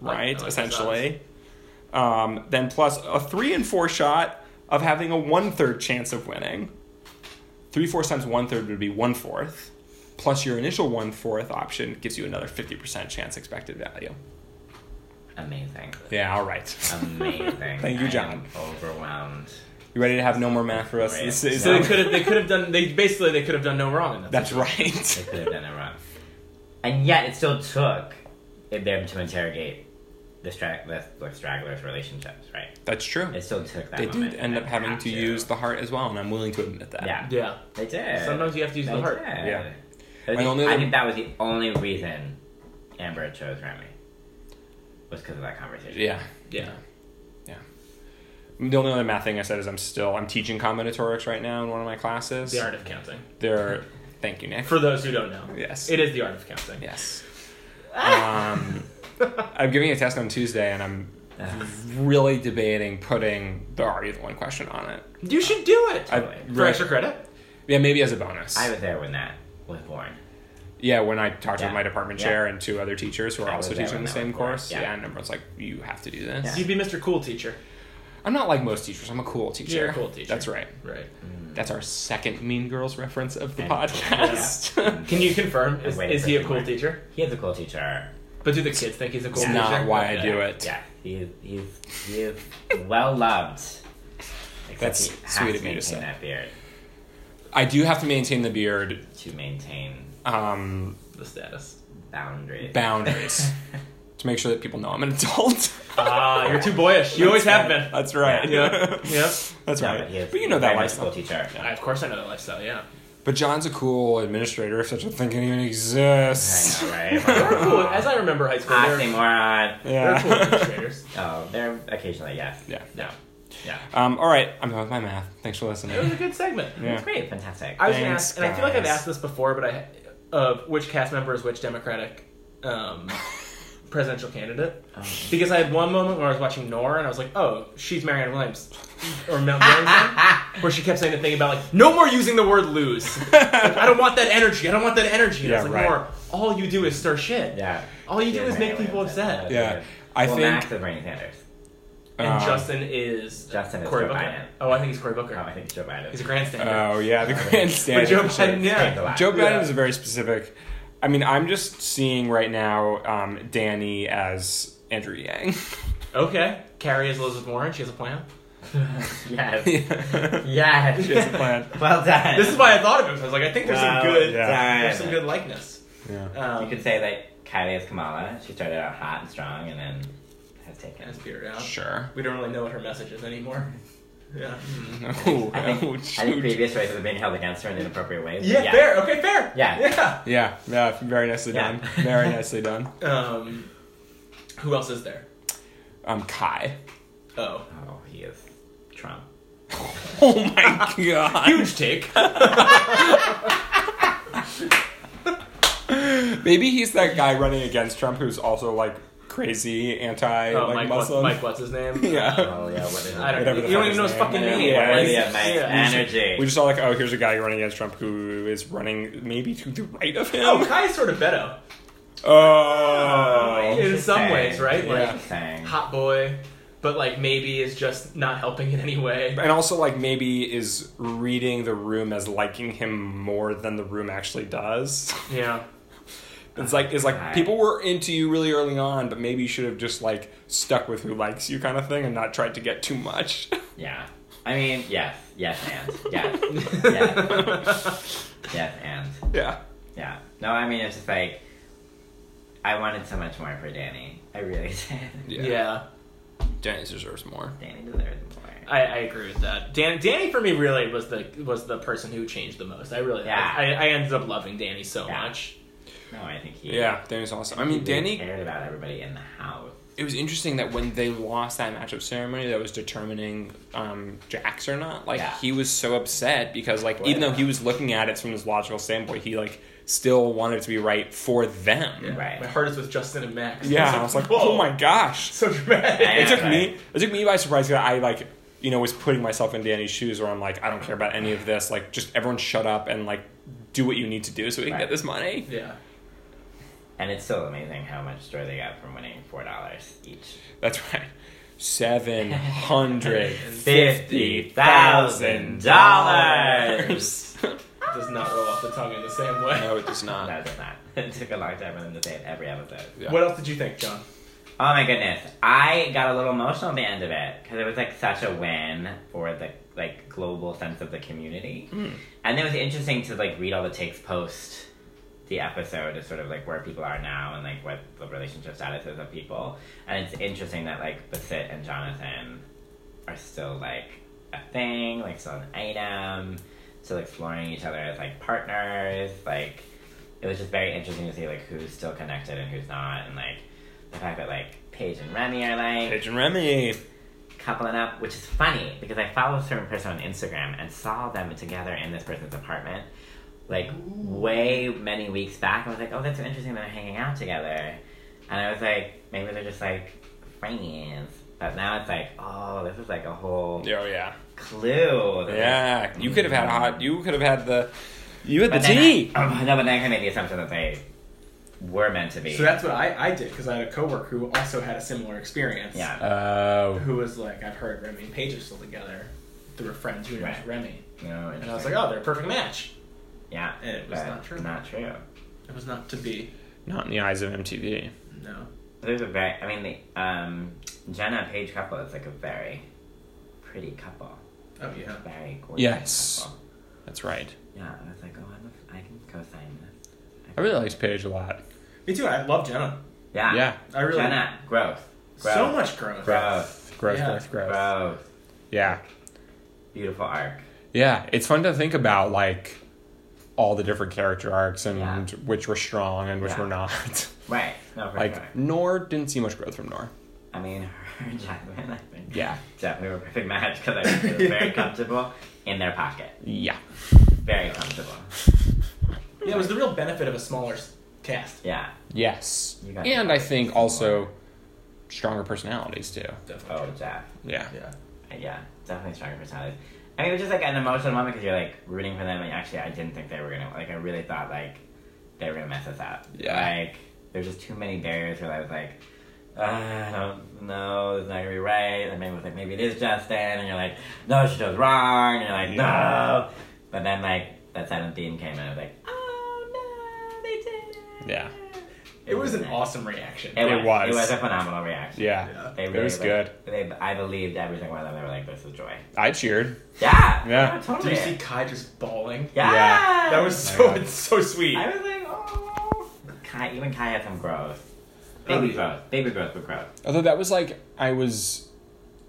C: Like-
B: right?
C: like
B: essentially, um, then plus a three in four shot of having a one third chance of winning. Three fourths times one third would be one fourth, plus your initial one fourth option gives you another fifty percent chance expected value.
D: Amazing.
B: Yeah, all right.
D: Amazing.
B: Thank you,
D: I am
B: John.
D: overwhelmed.
B: You ready to have no more math for us? This is
C: So they could have they could have done they basically they could have done no wrong. in that
B: that's
D: They
B: right.
D: could have done it wrong. And yet, it still took them to interrogate the, stra- the, the stragglers' relationships, right?
B: That's true.
D: It still took that.
B: They did
D: moment
B: end up
D: and
B: having
D: have
B: to use the heart as well, and I'm willing to admit that.
D: Yeah.
C: Yeah.
D: They did.
C: Sometimes you have to use
D: they
C: the heart.
D: Did.
B: Yeah.
D: I,
B: My
D: think,
B: only
D: I
B: other-
D: think that was the only reason Amber chose Remy was because of that conversation.
B: Yeah.
C: Yeah.
B: Yeah. The only other math thing I said is I'm still I'm teaching combinatorics right now in one of my classes.
C: The art of counting.
B: They're thank you, Nick.
C: For those who don't know.
B: Yes.
C: It is the art of counting.
B: yes. um, I'm giving a test on Tuesday, and I'm really debating putting the Are You the One question on it.
C: You should do it.
B: I
D: Totally.
C: for
B: re-
C: extra credit.
B: yeah, maybe as a bonus.
D: I was there when that was born.
B: yeah, when I talked
D: Yeah.
B: to my department
D: Yeah.
B: chair and two other teachers who are
D: I
B: also
D: was there
B: teaching
D: when
B: the
D: that was
B: same
D: born.
B: course,
D: Yeah.
B: yeah. and everyone's like, "You have to do this."
D: Yeah.
C: You'd be Mr. Cool Teacher.
B: I'm not like most teachers. I'm a cool teacher.
C: You're a cool teacher.
B: That's right.
C: Right.
B: That's our second Mean Girls reference of the
D: And-
B: podcast.
C: Can you confirm? Is,
D: waiting
C: is
D: for
C: he a
D: some
C: cool
D: more.
C: teacher?
D: He is a cool teacher.
C: But do the kids think he's a cool
B: It's
C: teacher?
B: not why I do it.
D: Yeah, he he's he is well loved. Except
B: That's
D: he has
B: sweet
D: to
B: of you to
D: maintain
B: say.
D: That beard
B: I do have to maintain the beard
D: to maintain
C: Uh,
B: um,
C: The status.
D: boundaries.
B: boundaries to make sure that people know I'm an adult.
C: Ah, you're too boyish. You always have been.
B: That's right.
C: Yeah. Yeah.
B: That's
D: No,
B: right.
D: but, he is
B: but you know that
D: very much a
B: lifestyle.
D: Cool teacher.
C: I, of course I know that lifestyle, yeah.
B: But John's a cool administrator if such a thing can even exist.
D: I know,
B: Ah.
C: They're
D: right?
C: cool. As I remember high school, they're,
D: Oxymoron.
C: they're cool
B: Yeah.
C: administrators.
D: Oh, they're occasionally yes.
B: yeah.
C: No.
D: Yeah,
B: Um, all right. I'm done with my math. Thanks for
C: It was
B: listening.
C: a good segment.
B: Yeah.
D: it's great, fantastic.
C: Uh, I was gonna
B: Thanks,
C: ask, and I feel like I've
B: guys.
C: asked this before, but I of which cast member is which Democratic um, presidential candidate? Because I had one moment where I was watching Nora, and I was like, "Oh, she's Marianne Williams," or Mel Williams, where she kept saying the thing about like, "No more using the word lose." Like, I don't want that energy. I don't want that energy. And I
B: Yeah,
C: was like,
B: right.
C: "Nora, all you do is stir shit."
D: yeah,
C: All you do
D: Yeah,
C: is make people
D: Williams,
C: upset.
D: that's
B: Yeah.
D: good.
B: I
D: well,
B: think-
D: Max is Bernie Sanders.
C: And
B: Um,
C: Justin is
D: Justin is
C: Cory
D: Joe
C: Booker.
D: Biden.
C: Oh, I think he's Cory
D: Oh,
C: Booker.
D: I think it's Joe Biden.
C: He's a grandstander.
B: Oh yeah, the grandstand.
C: but Joe Biden,
D: Thanks a
C: yeah.
D: lot.
B: Joe Biden
C: Yeah.
B: is very specific. I mean, I'm just seeing right now um, Danny as Andrew Yang.
C: Okay. Carrie is Elizabeth Warren. She has a plan.
D: yes,
B: she
D: yes.
B: has a plan.
D: Well done.
C: This is why I thought of him. I was like, I think there's
D: Well
C: some good,
B: yeah.
C: there's
D: done.
C: some good likeness.
B: Yeah.
C: Um,
D: You could say that Kylie is Kamala. She started out hot and strong and then has taken.
C: kind of petered out.
B: Sure.
C: We don't really know what her message is anymore. Yeah.
B: Oh,
D: I think,
B: ouch,
D: I think
B: ouch.
D: previous choices have been held against her in inappropriate ways.
C: Yeah,
D: but
C: Fair. Okay. Fair.
D: Yeah.
C: Yeah.
B: Yeah, yeah, very nicely
D: Yeah.
B: done. Very nicely done.
C: Um, Who else is there?
B: Um, Kai.
C: Oh,
D: Oh, he is Trump.
B: Oh my god.
C: huge take.
B: Maybe he's that guy running against Trump who's also like crazy anti
C: Oh,
B: like
C: Mike, what's,
B: Muslim.
C: Mike, what's his name?
B: Yeah.
D: Oh yeah, what is
C: I don't.
B: Whatever
C: You
B: the
C: don't
B: fuck
C: even know his
B: his
C: fucking
B: name
C: name.
B: is. Yeah,
C: Why
B: it's-
C: is-
D: yeah, Mike. Energy.
B: We just all like, oh, here's a guy running against Trump who is running maybe to the right of him.
C: Oh, Kai is sort of Beto
B: Oh.
C: in some ways, right? Like
D: Interesting.
C: hot boy, but like maybe is just not helping in any way.
B: And also, like, maybe is reading the room as liking him more than the room actually does.
C: Yeah.
B: It's like, it's like
D: Right.
B: people were into you really early on, but maybe you should have just, like, stuck with who likes you kind of thing and not tried to get too much.
D: Yeah. I mean, yes, yes, and yes, yes, yes, and
B: yeah.
D: yeah. No, I mean it's just like I wanted so much more for Danny. I really did.
C: Yeah.
B: Dennis deserves more.
D: Danny deserves more.
C: I, I agree with that. Dan, Danny for me really was the was the person who changed the most. I really
D: Yeah.
C: I, I ended up loving Danny so
D: Yeah.
C: much.
D: no, I think he.
B: Yeah, Danny's awesome. I
D: he
B: mean,
D: really
B: Danny,
D: cared about everybody in the house.
B: it was interesting that when they lost that matchup ceremony that was determining um, Jax or not, like,
D: Yeah.
B: he was so upset because, like, even though he was looking at it from his logical standpoint, he, like, still wanted it to be right for them.
D: Right.
C: My heart is with Justin and Max.
B: Yeah, I was like,
C: whoa.
B: oh my gosh.
C: so dramatic.
B: It took
D: Yeah.
B: me it took me by surprise that I like you know was putting myself in Danny's shoes where I'm like I don't care about any of this like just everyone shut up and like do what you need to do so we can
D: Right.
B: get this money.
C: Yeah.
D: And it's still amazing how much joy they got from winning four dollars each.
B: That's right. Seven hundred
D: Fifty thousand dollars.
C: Does not roll off the tongue in the same way.
B: No, it does not.
D: No, it's not. It took a long time for them to say it every episode.
B: Yeah.
C: What else did you think, John?
D: Oh my goodness. I got a little emotional at the end of it because it was like such a win for the like global sense of the community. And it was interesting to like read all the takes post the episode is sort of like where people are now and like what the relationship status is of people. And it's interesting that like Basit and Jonathan are still like a thing, like still an item, still exploring each other as like partners. Like it was just very interesting to see like who's still connected and who's not, and like the fact that like Paige and Remy are like
B: Paige and Remy. Oh,
D: coupling up, which is funny because I follow a certain person on Instagram and saw them together in this person's apartment like way many weeks back. I was like, oh, that's so interesting that they're hanging out together. And I was like, maybe they're just like friends. But now it's like, oh, this is like a whole
B: Oh yeah.
D: clue.
B: Yeah. You could have had a hot you could have had the you had
D: But
B: the
D: then
B: tea.
D: I, oh, no, but then I kind of made the assumption that they were meant to be.
C: So that's what I, I did because I had a coworker who also had a similar experience.
D: yeah.
B: Oh.
C: Who was like, I've heard Remy and Paige are still together through a friend who knows
D: Right.
C: Remy.
D: no,
C: And I was like, oh, they're a perfect match.
D: yeah.
C: and it was
D: but
C: not true.
D: Not true.
C: It was not to be.
B: Not in the eyes of MTV.
C: No.
D: There's a very, I mean, the um, Jenna Page couple is like a very pretty couple.
C: Oh, yeah.
D: Very gorgeous
B: Yes.
D: couple.
B: That's right.
D: Yeah, I was like, oh, I'm a, I can co sign this.
B: I really liked Paige a lot.
C: Me too. I love Jenna.
D: Yeah.
B: Yeah.
C: I really
D: Jenna, growth. growth.
C: so much growth.
D: Growth.
B: Growth,
C: Yeah.
B: growth, growth.
D: Growth.
B: Yeah.
D: Beautiful arc.
B: Yeah. It's fun to think about like all the different character arcs and
D: Yeah.
B: which were strong and which
D: Yeah.
B: were not.
D: Right. No, for
B: like
D: sure.
B: Nor didn't see much growth from Nor.
D: I mean, her and Jasmine, I think.
B: Yeah.
D: Definitely were a perfect match because I was very comfortable in their pocket.
B: Yeah.
D: Very comfortable.
C: Yeah, it was the real benefit of a smaller s- cast.
D: Yeah.
B: Yes.
D: You got
B: And
D: it.
B: I think also stronger personalities too.
D: Oh, Jeff.
B: Yeah.
C: Yeah.
D: Yeah, definitely stronger personalities. I mean, it was just like an emotional moment because you're like rooting for them. And actually, I didn't think they were gonna like. I really thought like they were gonna mess us up.
B: Yeah.
D: Like there's just too many barriers where I was like, uh, I don't know, it's not gonna be right. And maybe was like, maybe it is Justin, and you're like, no, she was wrong. And you're like, no. But then like that seventh theme came, and I was like, oh no, they did. it."
B: Yeah.
C: It was an awesome reaction.
D: It,
B: It
D: was.
B: was.
D: It was a phenomenal reaction.
B: Yeah.
C: Yeah.
D: They
B: It
D: really,
B: was
D: like,
B: good.
D: They, I believed every single one of them. They were like, this is joy.
B: I cheered.
D: Yeah.
B: Yeah.
D: totally.
C: Did you see Kai just bawling?
D: Yeah.
B: Yeah.
C: That was so
B: God.
C: so sweet.
D: I was like, oh. Kai, even Kai had some growth. Baby
C: Oh.
D: growth. Baby growth, but growth.
B: Although that was like I was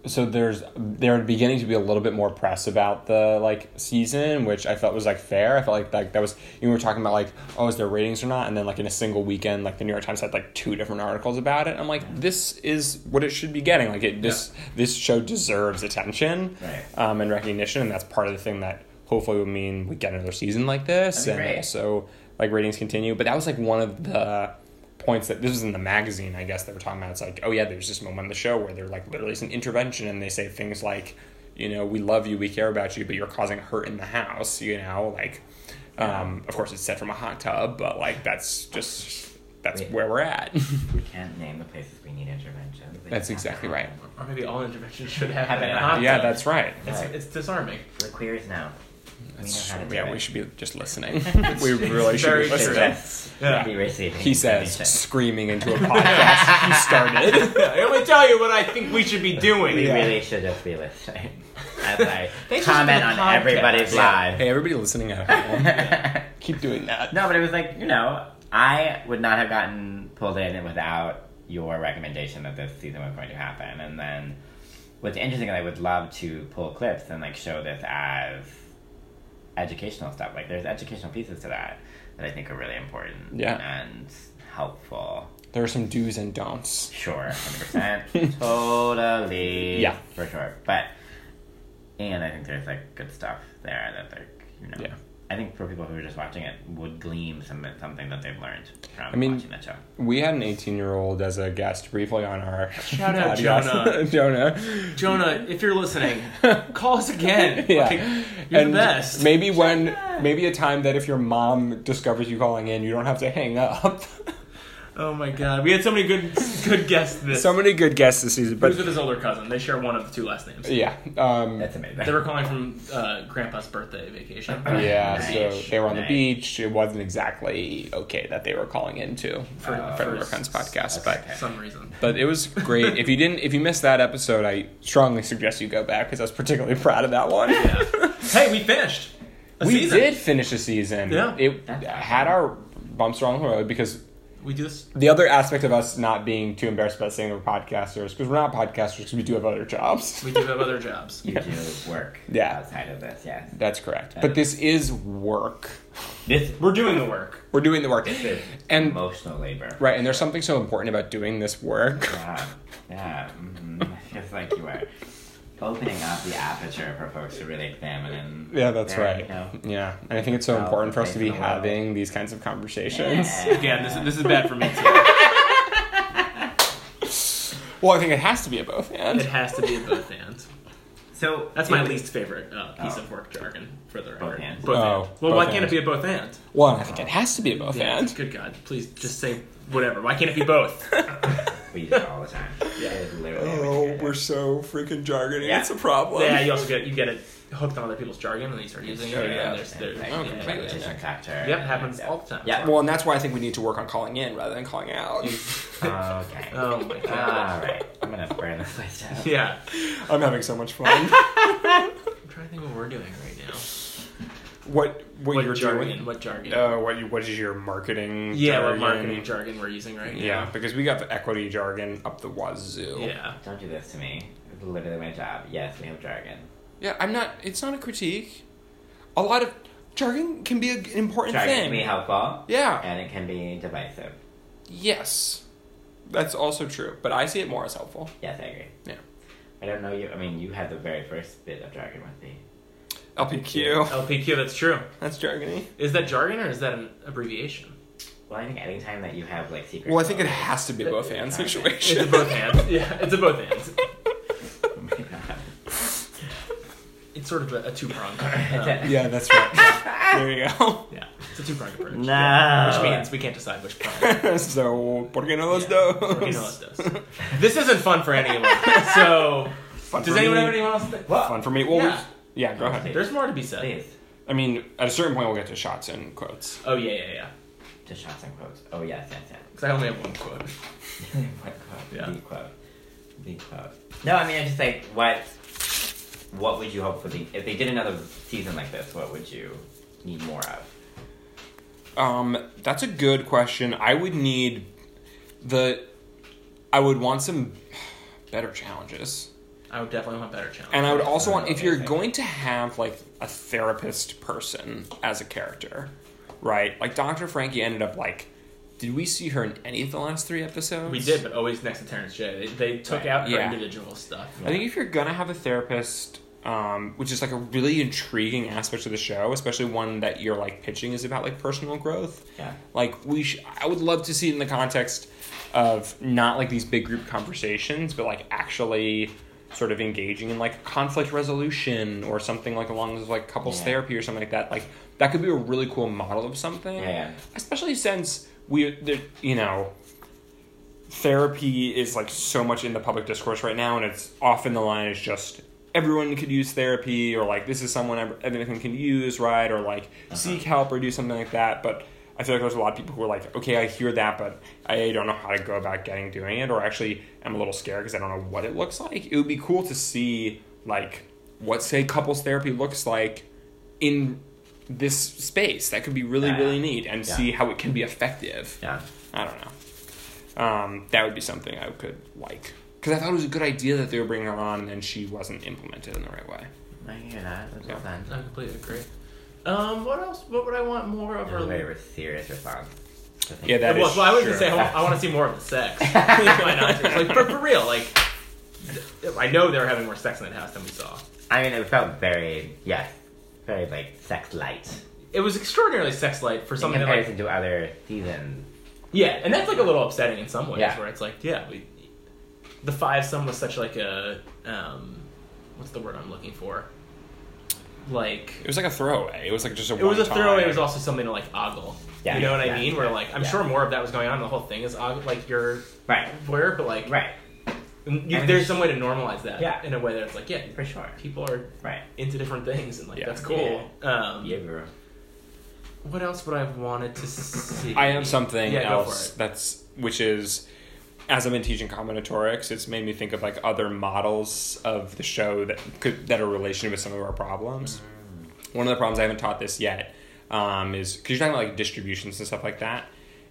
B: so there's there were beginning to be a little bit more press about the like season, which I felt was like fair. I felt like like that was you were talking about like oh is there ratings or not, and then like in a single weekend, like the New York Times had like two different articles about it. I'm like this is what it should be getting. Like it this this show deserves attention
D: Right.
B: um, and recognition, and that's part of the thing that hopefully will mean we get another season like this, and
D: That'd be great.
B: also like ratings continue. But that was like one of the points that this was in the magazine, I guess they were talking about. It's like, oh yeah, there's this moment in the show where they're like literally it's an intervention, and they say things like, you know, we love you, we care about you, but you're causing hurt in the house. You know, like, um, of course it's set from a hot tub, but like that's just that's
D: Yeah.
B: where we're at.
D: We can't name the places we need interventions. They
B: that's
D: have to
B: exactly
D: have
B: right.
D: them.
C: Or maybe all interventions should happen in a
D: Happen.
C: hot
B: Yeah,
C: tub.
B: that's right.
C: It's, it's disarming.
D: We're queers now.
B: That's-
D: we know how to do
B: yeah,
D: it.
B: we should be just listening. we really
C: it's
B: should
C: very
B: be listening.
C: true.
D: yeah.
C: Yeah.
D: be receiving.
B: He says,
D: information.
B: screaming into a podcast he started.
C: Let me tell you what I think we should be doing.
D: We
B: Yeah.
D: really should just be listening. As I
C: They just
D: comment
C: do a
D: on
C: podcast.
D: everybody's live.
B: Hey, everybody listening at home, keep doing that.
D: no, but it was like, you know, I would not have gotten pulled in without your recommendation that this season was going to happen. And then what's interesting is I would love to pull clips and like show this as educational stuff. Like there's educational pieces to that that I think are really important
B: Yeah.
D: and helpful.
B: There are some do's and don'ts.
D: Sure, hundred percent, totally.
B: Yeah.
D: for sure. But and I think there's like good stuff there that like you know.
B: Yeah.
D: I think for people who are just watching it would glean some something that they've learned from
B: I mean-
D: watching that show.
B: We had an 18 year old as a guest briefly on our
C: Shout out
B: podcast. Jonah.
C: Jonah, if you're listening, call us again.
B: Yeah.
C: Like, you're
B: and
C: the best.
B: Maybe when, maybe a time that if your mom discovers you calling in, you don't have to hang up.
C: oh my god, we had so many good good guests this.
B: so many good guests this season,
C: Who's
B: but
C: with his older cousin? They share one of the two last names.
B: yeah, um,
D: That's amazing.
C: They were calling from uh, Grandpa's birthday vacation.
B: yeah. So
D: Nice.
B: they were on the
D: Nice.
B: beach. It wasn't exactly okay that they were calling into for,
C: Uh,
B: Fred
C: for
B: Rurkan's
C: s-
B: podcast, but
D: okay.
C: some reason.
B: But it was great. if you didn't, if you missed that episode, I strongly suggest you go back because I was particularly proud of that one.
C: Hey, we finished. A
B: we
C: season.
B: did finish the season.
C: Yeah.
B: it
D: That's
B: had our bumps along the road because
C: We do this.
B: the other aspect of us not being too embarrassed about saying we're podcasters because we're not podcasters 'cause we do have other jobs.
C: We do have other jobs.
D: you do work
B: Yeah.
D: outside of this, yes.
B: That's correct. But this is work.
D: This
C: We're doing the work.
B: We're doing the work,
D: this is
B: and
D: emotional labor.
B: right. And there's something so important about doing this work.
D: Yeah. Yeah. Mm, feels like you are opening up the aperture for folks to really examine and
B: Yeah, that's
D: their,
B: right.
D: you know,
B: Yeah, and I think it's so
D: Well,
B: important for us to be
D: thanks for the world.
B: having these kinds of conversations.
C: Again, this, this is bad for me too.
B: Well, I think it has to be a both and.
C: It has to be a both and.
D: So
C: That's my least favorite uh, piece
D: Oh.
C: of work jargon for the record.
D: Both and.
C: Both
B: Oh,
C: and. Well, why
B: both
C: can't
B: and.
C: it be a both and?
B: Well, I think it has to be a both and.
C: Good God, please just say whatever. Why can't it be both?
D: We use it all the time. Yeah. It is literally
B: Oh,
D: everything.
B: so freaking jargony.
D: Yeah. it's a
B: problem.
C: yeah, you also get you get it hooked on other people's jargon and then you start using it. And there's, there's,
D: Like,
C: yeah,
B: Oh, completely.
C: yeah,
D: competition factor.
C: yeah. Yep, happens all the time.
D: Yeah.
B: Well, and that's why I think we need to work on calling in rather than calling out.
D: Okay.
C: Oh my God.
D: All right. I'm gonna burn this place down.
C: yeah.
B: I'm having so much fun.
C: I'm trying to think what we're doing right now.
B: what what,
C: What
B: you're
C: jargon?
B: doing?
C: What jargon?
B: Uh, what you, what is your marketing?
C: yeah,
B: jargon?
C: what marketing jargon we're using right
B: Yeah,
C: now.
B: because we got the equity jargon up the wazoo.
C: Yeah.
D: Don't do this to me. It's literally my job. Yes, we have jargon.
B: Yeah, I'm not. It's not a critique. A lot of jargon can be an important
D: Jargon
B: thing.
D: can be helpful,
B: yeah.
D: and it can be divisive.
B: Yes, that's also true. But I see it more as helpful.
D: Yes, I agree.
B: Yeah.
D: I don't know you. I mean, you had the very first bit of jargon with me.
B: LPQ.
C: LPQ, that's true.
B: That's jargony.
C: Is that jargon or is that an abbreviation?
D: Well, I think anytime that you have like secret.
B: Well, I think it
D: codes-
B: has to be a both and
C: It's a
B: situation.
C: both and. Yeah, it's a both and. It's sort of a, a two pronged.
B: yeah, that's right. there you go.
C: yeah, it's a two pronged approach.
D: No.
C: Which means we can't decide which prong.
B: so, ¿por qué no los
C: Yeah,
B: dos?
C: or who knows those. This isn't fun for anyone. So,
B: Fun
C: does
B: for
C: anyone
B: me.
C: have anyone else? Think?
D: What?
B: Fun for me. Well,
C: Yeah.
B: we, yeah, go ahead.
C: There's more to be said.
D: Please.
B: I mean, at a certain point, we'll get to shots and quotes.
C: Oh yeah, yeah, yeah.
D: Just shots and quotes. Oh yes, yes, yes.
C: Because I only have one quote.
D: What quote?
C: Yeah.
D: The quote. The quote. No, I mean, I just like what. What would you hope for the if they did another season like this? What would you need more of?
B: Um, that's a good question. I would need the. I would want some better challenges.
C: I would definitely want better challenge.
B: And I would also want if you're going to have like a therapist person as a character, right? Like Dr. Frankie ended up like did we see her in any of the last three episodes?
C: we did, but always next to Terrence J. They, they took out her
B: Yeah.
C: individual stuff.
B: I think if you're gonna have a therapist, um, which is like a really intriguing aspect of the show, especially one that you're like pitching is about like personal growth.
D: Yeah.
B: Like we, sh- I would love to see it in the context of not like these big group conversations, but like actually sort of engaging in like conflict resolution or something like along those like couples
D: Yeah.
B: therapy or something like that. Like that could be a really cool model of something.
D: Yeah, yeah.
B: Especially since we, there- you know, therapy is like so much in the public discourse right now, and it's often the line is just everyone could use therapy, or like this is someone ev- everyone can use, right? Or like
D: Uh-huh.
B: seek help or do something like that. But I feel like there's a lot of people who are like, okay, I hear that, but I don't know how to go about getting doing it, or actually I'm a little scared because I don't know what it looks like. It would be cool to see like what say couples therapy looks like in this space. That could be really
D: Yeah.
B: really neat, and
D: Yeah.
B: see how it can be effective.
D: Yeah.
B: I don't know. Um, that would be something I could like because I thought it was a good idea that they were bringing her on, and then she wasn't implemented in the right way.
D: I can hear that. That's
B: Yeah.
D: well done.
C: I completely agree. Um, what else? What would I want more of?
D: That was a
C: Or
D: very serious response. to think
B: Yeah, that
C: well,
B: is
C: well, I would
B: sure.
C: just say I want, to see more of the sex. Why not? Like for, for real, like th- I know they were having more sex in that house than we saw.
D: I mean, it felt very yes, very like sex light
C: It was extraordinarily sex light for
D: in
C: something that, like
D: comparison to other seasons.
C: yeah, and that's like a little upsetting in some ways,
D: Yeah.
C: where it's like yeah, we, the five some was such like a um, what's the word I'm looking for? Like
B: It was like a throwaway. It was like just a.
C: it was a
B: one-time-
C: throwaway. It was also something to like ogle.
D: Yeah,
C: you know what
D: yeah,
C: I mean? Where
D: yeah,
C: like I'm
D: yeah.
C: sure more of that was going on. The whole thing is og- like you're
D: Right.
C: voyeur, but like
D: Right.
C: you, there's
D: And it's-
C: some way to normalize that.
D: Yeah.
C: in a way that's like yeah,
D: For sure.
C: people are
D: Right.
C: into different things and like
B: Yeah.
C: that's cool. Um,
D: Yeah, girl.
C: What else would I have wanted to see?
B: I have something
C: Yeah, go
B: else
C: for
B: that's which is as I've been teaching combinatorics, it's made me think of like other models of the show that could that are related with some of our problems. One of the problems I haven't taught this yet um, is because you're talking about like distributions and stuff like that,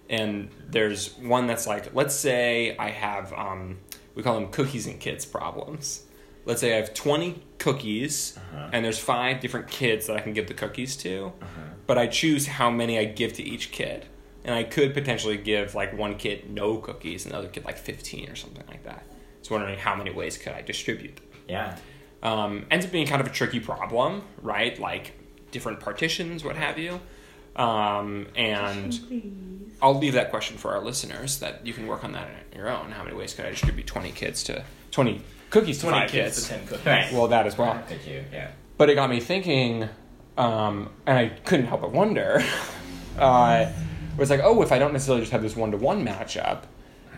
B: and there's one that's like let's say I have um, we call them cookies and kids problems. Let's say I have 20 cookies and there's five different kids that I can give the cookies to, but I choose how many I give to each kid and I could potentially give like one kid no cookies and the other kid like 15 or something like that. It's wondering how many ways could I distribute them.
D: Yeah.
B: Um, ends up being kind of a tricky problem, right? Like different partitions, what have you. Um, and I'll leave that question for our listeners that you can work on that on your own. How many ways could I distribute 20 kids to 20 cookies to
C: 20
B: five
C: kids,
B: kids?
C: to 10 cookies.
D: Right.
B: Well, that as well
D: Could you? Yeah.
B: but it got me thinking, um, and I couldn't help but wonder. Uh, was like, oh, if I don't necessarily just have this one to one matchup,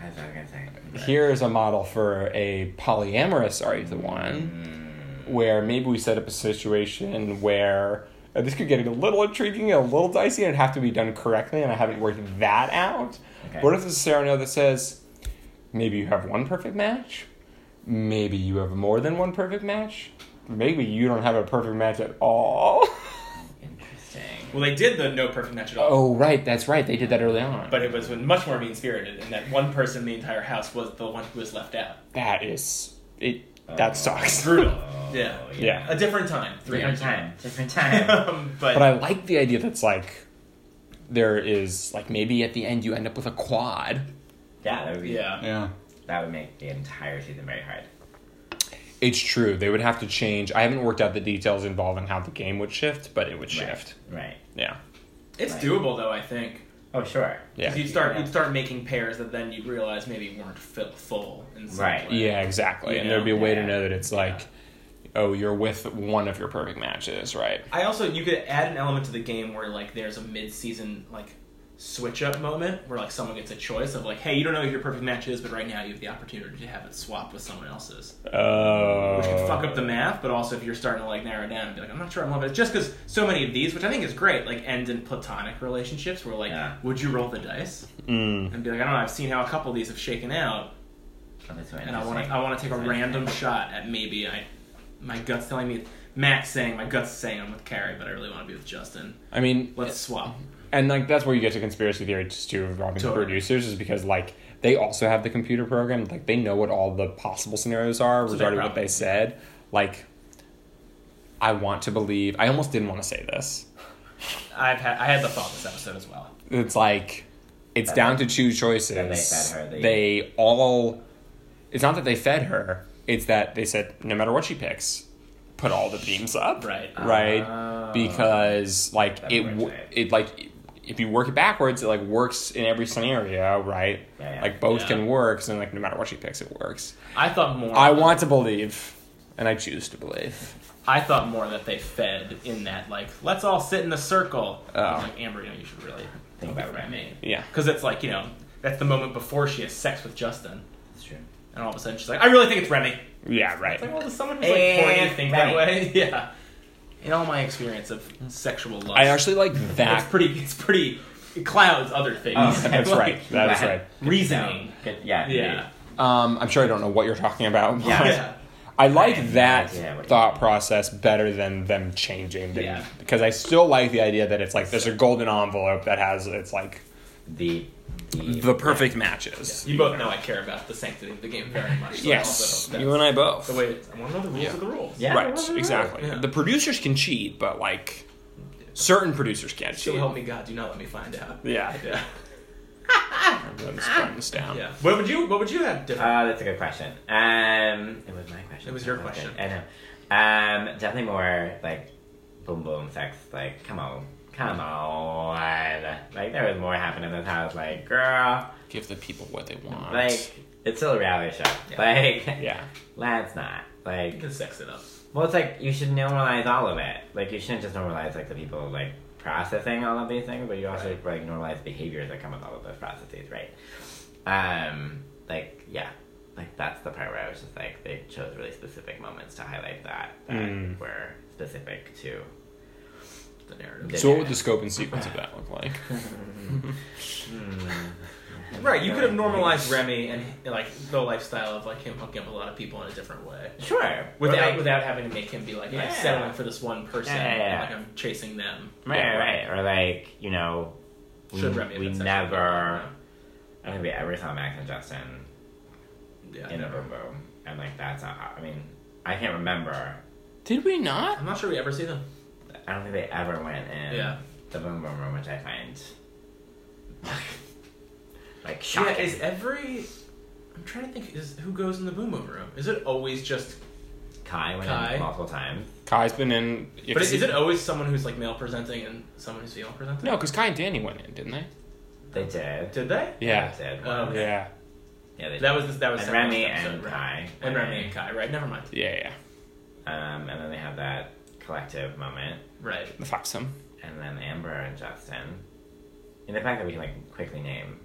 D: I was not gonna say. but-
B: here's a model for a polyamorous Are You the One, where maybe we set up a situation where uh, this could get a little intriguing, a little dicey, and it'd have to be done correctly, and I haven't worked that out.
D: Okay.
B: What if there's a scenario that says maybe you have one perfect match, maybe you have more than one perfect match, maybe you don't have a perfect match at all?
D: Interesting.
C: Well, they did the no perfect match at all,
B: oh, right, that's right, they did that early on.
C: but it was when much more mean spirited, and that one person in the entire house was the one who was left out.
B: that is. It, that sucks.
C: Brutal.
D: Oh,
C: yeah.
B: yeah.
C: A different time. Three
D: Different
C: hundred
D: time. Different time.
C: um, but
B: But I like the idea that's like there is like maybe at the end you end up with a quad.
D: yeah. That would be.
C: yeah.
B: Yeah.
D: That would make the entire season very hard.
B: It's true. They would have to change. I haven't worked out the details involving how the game would shift, but it would shift.
D: Right.
B: Yeah.
C: it's
D: Right.
C: doable though. I think.
D: Oh sure.
B: Yeah.
C: 'Cause You'd start you'd start making pairs that then you'd realize maybe weren't fill, full. In some
D: Right.
C: way.
B: Yeah, exactly. and
C: You
B: there'd be a
D: know,
B: way
D: yeah.
B: to know that it's like, oh, you're with one of your perfect matches, right?
C: I also you could add an element to the game where like there's a mid-season like switch up moment where like someone gets a choice of like hey you don't know who your perfect match is but right now you have the opportunity to have it swapped with someone else's
B: Oh.
C: which could fuck up the math but also if you're starting to like narrow it down and be like I'm not sure I'm loving it just because so many of these which I think is great like end in platonic relationships where like
D: Yeah.
C: would you roll the dice
B: Mm.
C: and be like I don't know I've seen how a couple of these have shaken out
D: Oh, that's so
C: and I want
D: interesting.
C: to I want to take a
D: That's
C: random shot at maybe I my gut's telling me Max saying my gut's saying I'm with Carrie but I really want to be with Justin
B: I mean,
C: Let's swap. Mm-hmm.
B: and like that's where you get to conspiracy theories too involving the
C: Totally.
B: producers is because like They also have the computer program. Like they know what all the possible scenarios are
C: a big
B: regarding what
C: problem.
B: they said. Like, I want to believe. I almost didn't want to say this.
C: I've had I had the thought this episode as well.
B: It's like it's down to two choices.
D: that they fed her, they-
B: They all. It's not that they fed her. It's that they said no matter what she picks, put all the beams up.
C: Right.
B: Right.
D: Oh.
B: because like
D: That
B: it
D: works
B: w-
D: out.
B: it like if you work it backwards, it like works in every scenario. Right.
D: Yeah, yeah.
B: Like both
C: Yeah.
B: can work. So like no matter what she picks, it works.
C: I thought more.
B: I want to believe, and I choose to believe.
C: I thought more that they fed in that like let's all sit in a circle.
B: Oh.
C: I'm like Amber, you know, you should really
D: Think about what I mean.
B: Yeah.
C: because it's like you know that's the moment before she has sex with Justin,
D: It's true.
C: and all of a sudden she's like, I really think it's Remy.
B: Yeah. Right.
C: It's like, well, does someone who's like horny
D: And
C: think that
D: Remy.
C: way? Yeah. In all my experience of sexual lust,
B: I actually like that.
C: it's pretty. It's pretty. It clouds other things.
D: Oh,
B: that's
C: Like,
B: right. That is
D: Right.
B: right.
C: Reasoning.
D: Good, yeah.
C: Yeah.
B: Um, I'm sure I don't know what you're talking about.
D: Yeah.
B: but
C: Yeah.
B: I like
D: I have no
B: that
D: idea what you
B: thought
D: mean.
B: process better than them changing the,
C: Yeah.
B: because I still like the idea that it's like there's a golden envelope that has it's like
D: The the,
B: the perfect matches.
C: You both know I care about the sanctity of the game very much. so
B: Yes,
C: also that's
B: you and I both.
C: the way. I want to know the rules
B: Yeah.
C: of the rules.
D: Yeah.
B: right, exactly.
C: Yeah.
B: The producers can cheat, but like certain producers can't
C: So
B: cheat.
C: help me God, do not let me find out.
B: Yeah,
C: Yeah.
B: I'm just writing this down.
C: Ah. Yeah. What would you? What would you have different?
D: Uh, that's a good question. Um, it was my question.
C: It was your
D: Okay.
C: question.
D: I know. Um, definitely more like boom boom sex. Like, come on, come on. Like, there was more happening in this house. Like, girl,
B: Give the people what they want.
D: like it's still a reality show.
C: Yeah.
D: Like,
B: yeah,
D: let's not.
C: you
D: Like,
C: can sex it up.
D: well, it's like you should normalize all of it. Like, you shouldn't just normalize like the people like processing all of these things, but you also like normalize behaviors that come with all of those processes, right? Um, like yeah, like that's the part where I was just like they chose really specific moments to highlight that that
B: Mm.
D: were specific to.
C: The narrative.
D: Yeah.
B: So what would the scope and sequence of that look like?
C: Right. You could have normalized Remy and like the lifestyle of like him hooking up with a lot of people in a different way.
D: Sure.
C: Without
D: Or, like,
C: without having to make him be like I'm
D: Yeah.
C: settling for this one person
D: Yeah, yeah, yeah.
C: and like I'm chasing them.
D: Right,
B: Yeah.
D: right, Or like you know, we,
C: Should Remy have
D: we
C: been sexual?
D: never. I don't think we ever saw Max and Justin
C: Yeah.
D: in a boom boom, and like that's not. I mean, I can't remember.
B: Did we not?
C: I'm not sure we ever see them.
D: I don't think they ever went in
C: Yeah.
D: the boom boom room, which I find like
C: Yeah.
D: shocking.
C: Is every I'm trying to think is who goes in the boom boom room? Is it always just
D: Kai went
C: Kai?
D: in multiple times.
B: Kai's been in.
C: But is, is it always someone who's like male presenting and someone who's female presenting?
B: No, because Kai and Danny went in, didn't they?
D: They did.
C: Oh. Did they?
B: Yeah.
D: They did.
C: Oh, okay.
B: Yeah.
D: yeah, they
C: That
D: did.
C: was that was
D: and
C: second
D: Remy
C: episode,
D: and
C: right?
D: Kai
C: and Remy and Kai, right? Never mind.
B: Yeah, yeah.
D: Um, and then they have that collective moment,
C: Right.
B: The Foxham.
D: and then Amber and Justin. And the fact that we can like quickly name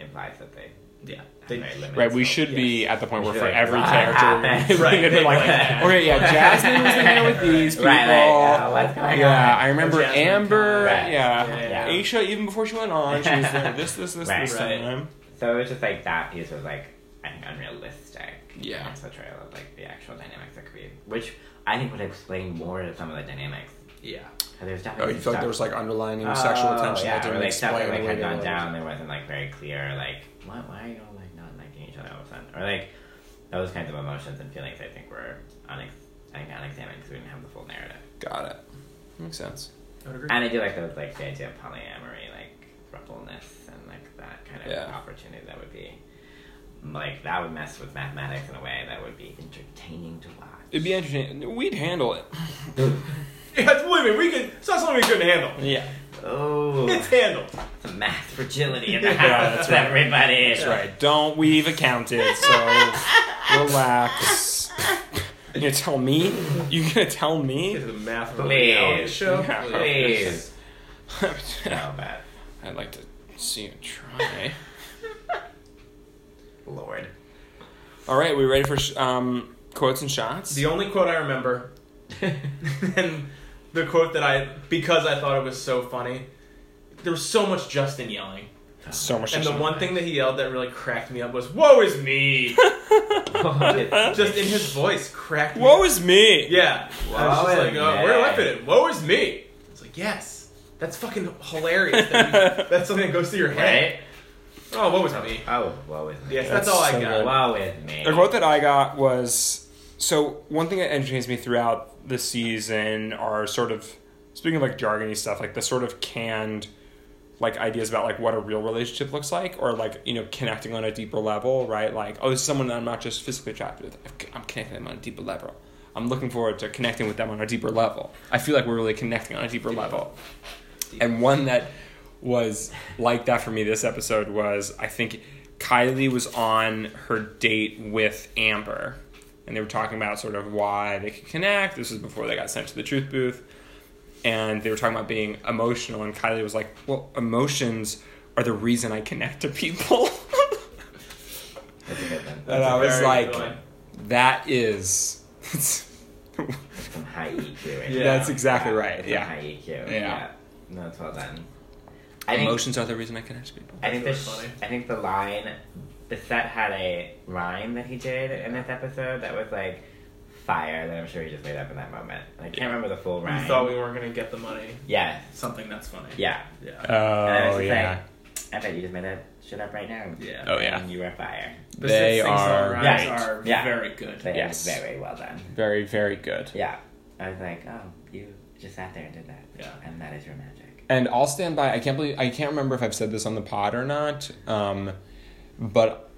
D: implies that they
C: Yeah.
D: have
C: They,
D: very limited
B: Right, we
D: scope.
B: should be at the point
D: We
B: where
D: should,
B: for
D: like,
B: every
D: laugh.
B: character,
D: Right,
B: we're like,
C: like,
B: okay, yeah, Jasmine was hanging out with these people.
D: Right, right. Yeah, what's going
B: Oh. yeah,
D: on?
B: I remember
C: Jasmine,
B: Amber.
D: Right.
B: Yeah,
C: Yeah,
D: yeah, yeah.
B: Aisha. Even before she went on, she was there. This, this, this,
D: Right.
B: this
C: Right.
B: time.
D: So it was just like that piece was like I think unrealistic.
B: Yeah.
D: It's a portrayal of like the actual dynamics that could be, which I think would explain more of some of the dynamics.
C: yeah.
D: 'Cause There's
B: Oh,
D: definitely some stuff-
B: like underlining
D: Oh, yeah, or, like, stuff that, like, had gone down. There wasn't like very clear like why why are you all like not liking each other all of a sudden or like those kinds of emotions and feelings I think were unex- I think unexamined because we didn't have the full narrative.
B: Got it. Makes sense.
C: I would agree.
D: And I do like those like the idea of polyamory, like thruppleness and like that kind of
B: Yeah.
D: opportunity that would be like that would mess with mathematics in a way that would be entertaining to watch.
B: It'd be interesting. We'd handle it.
C: yeah, believe me, we could. It's not something we couldn't handle.
B: Yeah,
D: Oh
C: It's handled.
D: some math fragility in the
C: Yeah,
D: house
B: that's right.
D: everybody.
B: that's right. Don't we've accounted, so relax. You're gonna tell me? You're gonna tell me?
C: Get to the math of the
D: Please.
C: reality show.
B: Yeah.
D: Please.
B: I'd
D: No, Oh, but
B: like to see you try.
D: Lord.
B: All right, we ready for sh- um, quotes and shots?
C: The only quote I remember, and the quote that I because I thought it was so funny. There was so much Justin yelling,
B: so much.
C: and the
B: Justin.
C: one thing that he yelled that really cracked me up was "Woe is me!" Just in his voice, cracked. me
B: Woe
C: up.
B: is me.
C: Yeah. I was
D: Woe
C: just
D: is
C: like,
D: me.
C: uh, where do I fit in? Woe is me. It's like, yes. That's fucking hilarious. That you, that's something that goes through your head.
D: right?
C: Oh, what was that? Me.
D: Oh, well with me.
C: Yes, that's,
B: That's
C: all I
B: so
C: got.
B: good.
D: Well with me.
B: The quote that I got was so one thing that entertains me throughout the season are sort of speaking of like jargony stuff, like the sort of canned like ideas about like what a real relationship looks like or like you know connecting on a deeper level right like oh this is someone that i'm not just physically attracted with i'm connecting them on a deeper level i'm looking forward to connecting with them on a deeper level i feel like we're really connecting on a deeper level and one that was like that for me this episode was I think Kylie was on her date with Amber, and they were talking about sort of why they could connect. This was before they got sent to the truth booth, and they were talking about being emotional. And Kylie was like, "Well, emotions are the reason I connect to people."
D: That's a good one.
B: and I was
C: Very
B: like,
C: good one.
B: "That is."
D: Some high E EQ. right
C: Yeah.
D: there.
B: That's exactly right.
D: Some
B: Yeah.
D: High EQ. Yeah. No, it's well done. I think,
B: Emotions are the reason I connect to people.
D: I think the
C: That's
D: sh-
C: really funny.
D: I think the line the set had a rhyme that he did in this episode that was like fire that I'm sure he just made up in that moment. I can't remember the full rhyme.
C: You thought we weren't gonna get the money.
D: yeah.
C: Something that's funny.
D: Yeah.
C: Yeah.
D: And I was
B: Oh
D: just
B: yeah.
D: like, I bet you just made that shit up right now.
C: Yeah.
B: Oh yeah.
D: And you were fire.
B: They
C: The six things that
B: are
C: rhymes
D: right.
C: are
D: Yeah.
C: very good.
D: They
B: Yes.
D: were very well done.
B: Very, very good.
D: Yeah. I was like, oh, you just sat there and did that.
C: Yeah.
D: And that is your magic.
B: And I'll stand by. I can't believe I can't remember if I've said this on the pod or not, um, but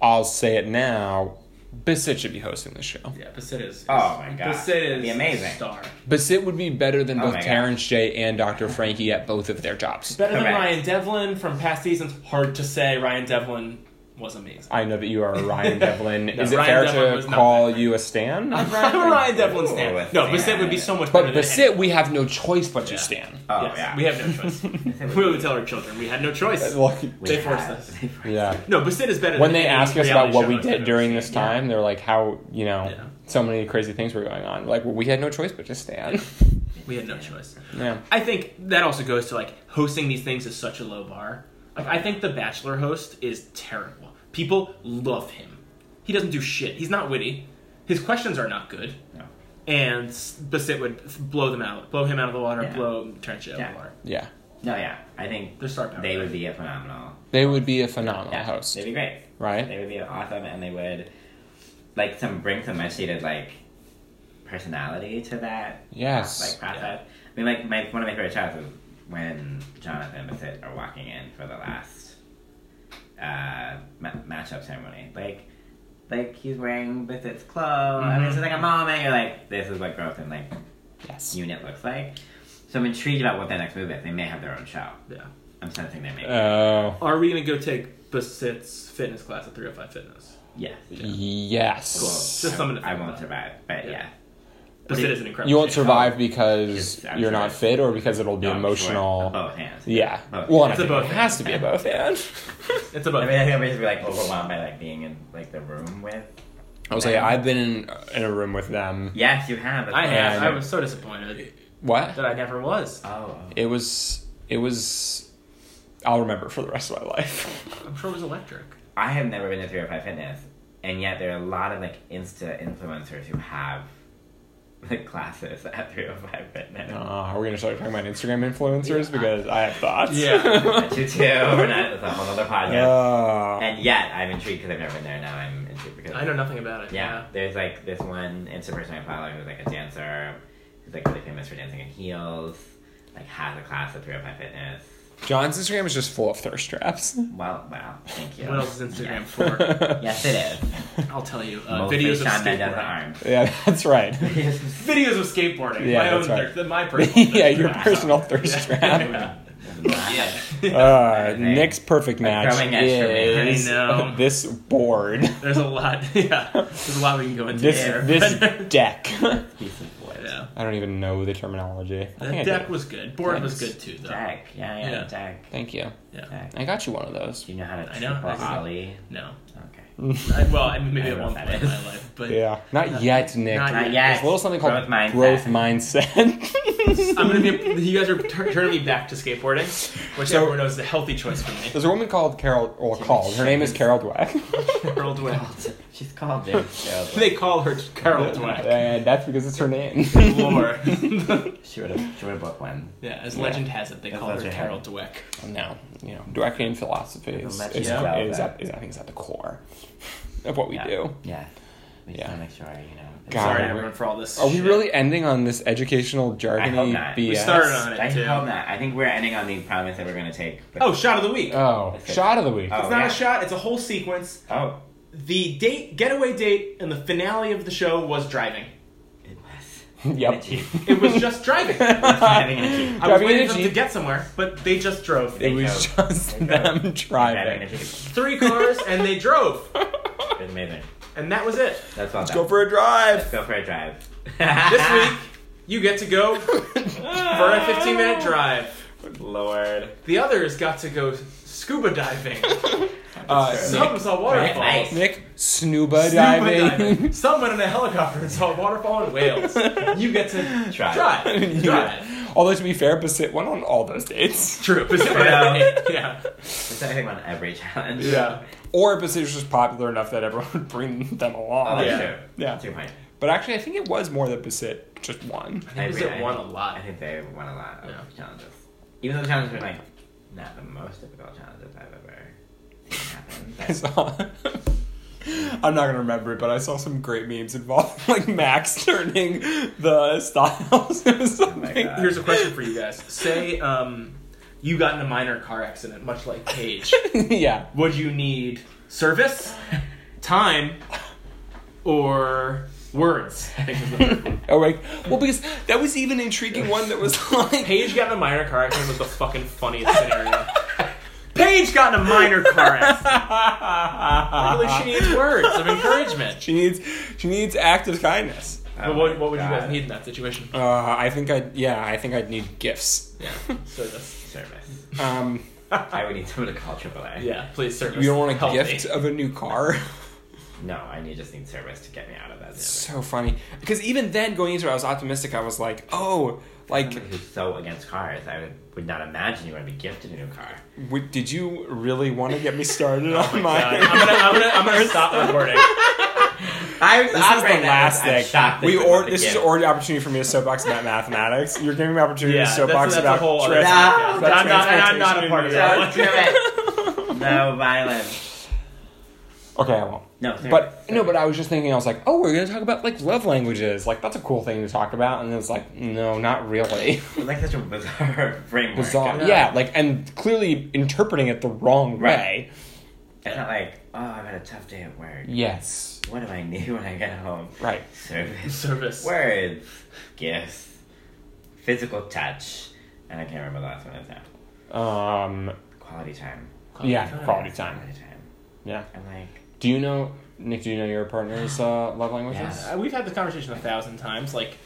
B: I'll say it now. Basit should be hosting the show.
C: Yeah, Basit is.
D: Oh my God.
C: Basit is
D: That'd be amazing.
C: a Star.
B: Basit would be better than
D: Oh
B: both
D: my God.
B: Terrence J and Dr. Frankie at both of their jobs.
C: Better than
D: Correct.
C: Ryan Devlin from past seasons. Hard to say. Ryan Devlin was amazing.
B: I know that you are a Ryan Devlin.
C: No,
B: Is it
C: Ryan
B: fair
C: Devlin was
B: to
C: not
B: call
C: that
B: you a stan?
C: I'm Ryan Devlin
D: Ooh,
C: Stan.
D: a
C: No,
D: Stan.
C: Basit would be so much better.
B: But
C: than
B: Basit, we have no choice but to
C: Yeah. Uh,
B: stan.
D: Oh,
C: yes,
D: yeah.
C: we have no choice. we would tell our children we had no choice.
B: Look,
D: We
C: They forced
D: have-
C: us.
D: they forced
B: yeah.
C: No, Basit is better.
B: When
C: than
B: they
C: any
B: ask us
C: reality
B: about what
C: show
B: we
C: I've
B: did
C: ever
B: during
C: seen.
B: this time, they're like, "How you know?
C: Yeah.
B: So many crazy things were going on." We're like, well, we had no choice but to stan.
C: We had no choice.
B: yeah.
C: I think that also goes to like hosting these things is such a low bar. Like I think the Bachelor host is terrible. People love him. He doesn't do shit. He's not witty. His questions are not good.
D: No.
C: And Basit would blow them out, blow him out of the water,
D: Yeah.
C: blow Trench out
D: Yeah.
C: of the water.
B: Yeah.
D: No, yeah. I think
C: Their star power.
D: they would be a phenomenal
B: They would be a phenomenal
D: yeah,
B: host,
D: They'd be great. They
B: right?
D: would be awesome, and they would like some bring some much needed like personality to that
B: Yes.
D: like process. I mean, like my one of my favorite shots is when Jonathan and Basit are walking in for the last uh, ma- matchup ceremony. Like, like he's wearing Basit's clothes. I
C: Mm-hmm.
D: mean, it's like a moment. You're like, this is what growth and like
B: yes.
D: unit looks like. So I'm intrigued about what their next move is. They may have their own show.
C: Yeah. Uh,
D: I'm sensing they may.
B: Oh.
C: Are we gonna go take Basit's fitness class at 305 Fitness?
D: yes.
B: Yes.
C: Cool. Just something to
D: I
C: think
D: won't
C: about.
D: survive, but
C: Yeah.
D: yeah.
C: Basit is an incredible.
B: You won't
C: shape.
B: survive because
D: Yes, I'm
B: you're not
D: sure.
B: fit, or because it'll be
D: No, I'm Oh, sure.
B: emotional.
D: Both hands.
B: Yeah.
D: Both.
B: Well, and
C: It's
B: I
C: a
B: think
C: both
B: it has to be a both and.
C: It's about.
D: I mean, I think I'm just like overwhelmed by like being in like the room with.
B: I was like, I've been in, in a room with them.
D: Yes, you have. that's
C: I have.
B: And-
C: I was so disappointed
B: What?
C: that I never was.
D: Oh, oh.
B: It was. It was. I'll remember for the rest of my life.
C: I'm sure it was electric.
D: I have never been to three or five fitness, and yet there are a lot of like Insta influencers who have like classes at three or five fitness.
B: Uh,
C: Oh.
B: are we gonna start talking about Instagram influencers because I have thoughts?
C: Yeah.
D: But you too. We're not. That's a whole other podcast.
B: Oh.
D: And yet, I'm intrigued because I've never been there. Now I'm intrigued because
C: I know nothing about it.
D: Yeah, there's like this one Insta person I follow who's like a dancer, who's like really famous for dancing in heels, like has a class at 305 Fitness.
B: John's Instagram is just full of thirst traps.
D: Well, wow, thank you.
C: What else is Instagram
D: Yes,
C: for?
D: yes it is.
C: I'll tell you. Uh,
D: Mostly
C: videos of
D: Shawn Mendes
C: skateboarding.
D: arms.
B: Yeah, that's right.
C: Videos of skateboarding.
B: Yeah,
C: my own.
B: that's right.
C: thir- my personal.
B: yeah,
C: thirst
B: your
C: trap.
B: personal thirst trap.
D: yeah.
B: Uh, Nick's perfect match
D: throwing extra
B: is
C: I know.
B: this board,
C: There's a lot. Yeah. There's a lot we can go into.
B: this
C: there.
B: this deck. I
D: Piece of wood.
C: yeah.
B: don't even know the terminology. I
C: The
B: think I did
C: deck
B: it.
C: was good. Board was
B: Thanks.
C: good too, though.
D: Jack, yeah, yeah,
C: Yeah.
D: Jack.
B: Thank you.
C: Yeah.
D: Jack.
B: I got you one of those.
D: Do you know how to
C: I know,
D: triple
C: I know.
D: ollie?
C: No.
D: Okay.
B: Mm.
C: I, well, I mean, maybe
D: I
C: at one
D: don't know
C: point
D: what that
C: in my
D: is.
C: life, but
B: Yeah, not yet, Nick.
C: Not
D: Not
B: There's
D: yet.
B: a little something called
D: Growth mindset.
B: growth mindset.
C: I'm gonna be. You guys are tur turning me back to skateboarding, which
B: So-
C: everyone knows is a healthy choice for me.
B: There's a woman called Carol, or called. Her name is Carol Dweck.
C: Carol Dweck.
D: She's called James Gerald.
C: They call her Carol Dweck.
B: and that's because it's her name.
C: Lore.
D: She would have. She would have booked one.
C: yeah, as legend has it, they
D: That's
C: call her
D: legend.
C: Carol Dweck.
B: now, you know, Dweckian philosophy is,
D: Let's
B: is,
D: just go
B: is
D: with
B: at, is, I think, is at the core of what we
D: yeah.
B: do.
D: Yeah. We just
B: Yeah.
D: want to make sure you know.
B: God.
C: Sorry,
B: we're-
C: everyone, for all this.
B: Are we
C: shit.
B: really ending on this educational
D: I hope
B: jargony
D: not.
B: BS?
D: We
C: We started on
D: I
C: it too.
D: hope not. I think we're ending on the promise that we're gonna take. but-
C: Oh, shot of the week.
B: Oh, shot of the week.
D: Oh.
C: it's not
D: yeah.
C: a shot. It's a whole sequence.
D: oh,
C: The date, getaway date, and the finale of the show was driving.
D: it was.
B: Yep.
C: It was just driving.
D: Having a Jeep.
C: I was
B: Driving in
C: waiting
B: a
C: for them to
B: Jeep.
C: get somewhere, but they just drove.
B: It was
D: There you go.
B: just
D: There you go.
B: them
D: Having a
B: driving.
D: Jeep.
C: Three cars, and they drove,
D: It's amazing.
C: and that was it.
D: That's all.
B: Go for a drive.
D: Go for a drive. Ah.
C: This week, you get to go for a 15 minute drive.
D: Lord.
C: The others got to go scuba diving.
B: Uh, Nick,
C: Some saw waterfalls.
D: Nice.
B: Nick snuba,
C: Scuba
B: diving.
C: diving. Some went in a helicopter and saw a waterfall in Wales. You get to
D: Drive.
C: drive.
B: Yeah.
C: Drive.
B: Although to be fair, Basit went on all those dates.
C: True.
D: Yeah.
C: yeah.
D: It's I think on every challenge.
C: Yeah.
B: Or Basit was just popular enough that everyone would bring them
D: Oh,
B: along.
D: that's
C: Yeah.
D: true.
B: Yeah.
D: Two point.
B: But actually, I think it was more that Basit just won.
D: I
C: It was
D: agree.
C: at
D: I
C: one a
D: think-
C: lot.
D: I think they won a lot of
C: Yeah.
D: challenges. Even though the challenges were like not the most difficult challenges I've ever seen happen.
B: I saw. I'm not gonna remember it, but I saw some great memes involving like Max turning the styles or something.
D: God.
C: Here's a question for you guys. Say um, you got in a minor car accident, much like Paige.
B: yeah,
C: Would you need service, time, or words? I think was the third one.
B: Oh, like, well, because that was even intriguing one that was like,
C: Paige got in a minor car accident was the fucking funniest scenario. Paige got in a minor car accident. Really, she needs words of encouragement.
B: she needs she needs active kindness.
D: Oh
C: But what,
D: my
C: what would you
D: God.
C: guys need in that situation?
B: Uh, I think I would yeah, I think I'd need gifts.
C: Yeah, service.
D: Service.
B: Um,
D: I would need someone to call AAA.
C: Yeah, please service.
B: you don't want a
C: Help
B: gift
C: me.
B: of a new car.
D: No, I need just need service to get me out of that. Service.
B: so funny because even then going into it, I was optimistic. I was like, oh, like
D: Somebody who's so against cars, I would, would not imagine you would be gifted a new car.
B: W- did you really want to get me started on
C: Oh God,
B: my?
C: I'm gonna, I'm gonna, I'm gonna stop recording.
D: I was
B: This is the last thing. We or this is already opportunity for me to soapbox about mathematics. You're giving me opportunity to
C: Yeah,
B: soapbox
C: that's- that's a
B: about
C: whole other
B: trans-
D: podcast.
B: about
C: I'm not- and I'm not a
B: transportation
C: part of
B: in
C: that.
D: Don't do it. No violence.
B: Europe. Okay, I won't.
D: No. Service.
B: But no, but I was just thinking. I was like, oh, we're gonna talk about like love languages. Like that's a cool thing to talk about. And it's like, no, not really.
D: It was like such a bizarre framework.
B: Bizarre.
C: Yeah.
B: Yeah, like and clearly interpreting it the wrong
D: Right.
B: way.
D: It's not like, oh, I've had a tough day at work.
B: Yes.
D: What do I need when I get home?
B: Right.
D: Service.
C: Service.
D: Words. Gifts. Physical touch. And I can't remember the last one is now.
B: Um.
D: Quality time.
B: yeah. Quality time.
D: Quality time.
B: Yeah.
D: I'm like,
B: Do you know Nick? Do you know your partner's uh, love languages?
D: Yeah.
C: Uh, We've had this conversation a thousand times. Like,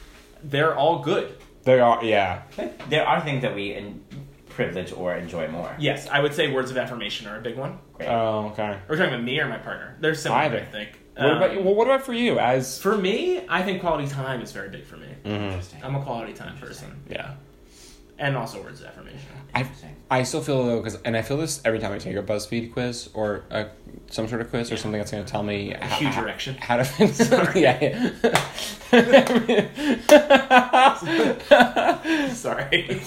C: they're all good.
B: They are. Yeah.
D: there are things that we en- privilege or enjoy more.
C: Yes, I would say words of affirmation are a big one.
D: Great.
B: Oh, okay.
C: Are we talking about me or my partner? They're similar,
B: Either.
C: I think.
B: What
C: Um,
B: about you? Well, what about for you? As
C: For me, I think quality time is very big for me.
D: Interesting.
B: Mm.
C: I'm a quality time person,
B: Mm-hmm. yeah,
C: and also words of affirmation.
B: I I still feel though because and I feel this every time I take a BuzzFeed quiz or a, some sort of quiz or something that's going to tell me a
C: huge erection.
B: How to yeah. yeah.
C: Sorry,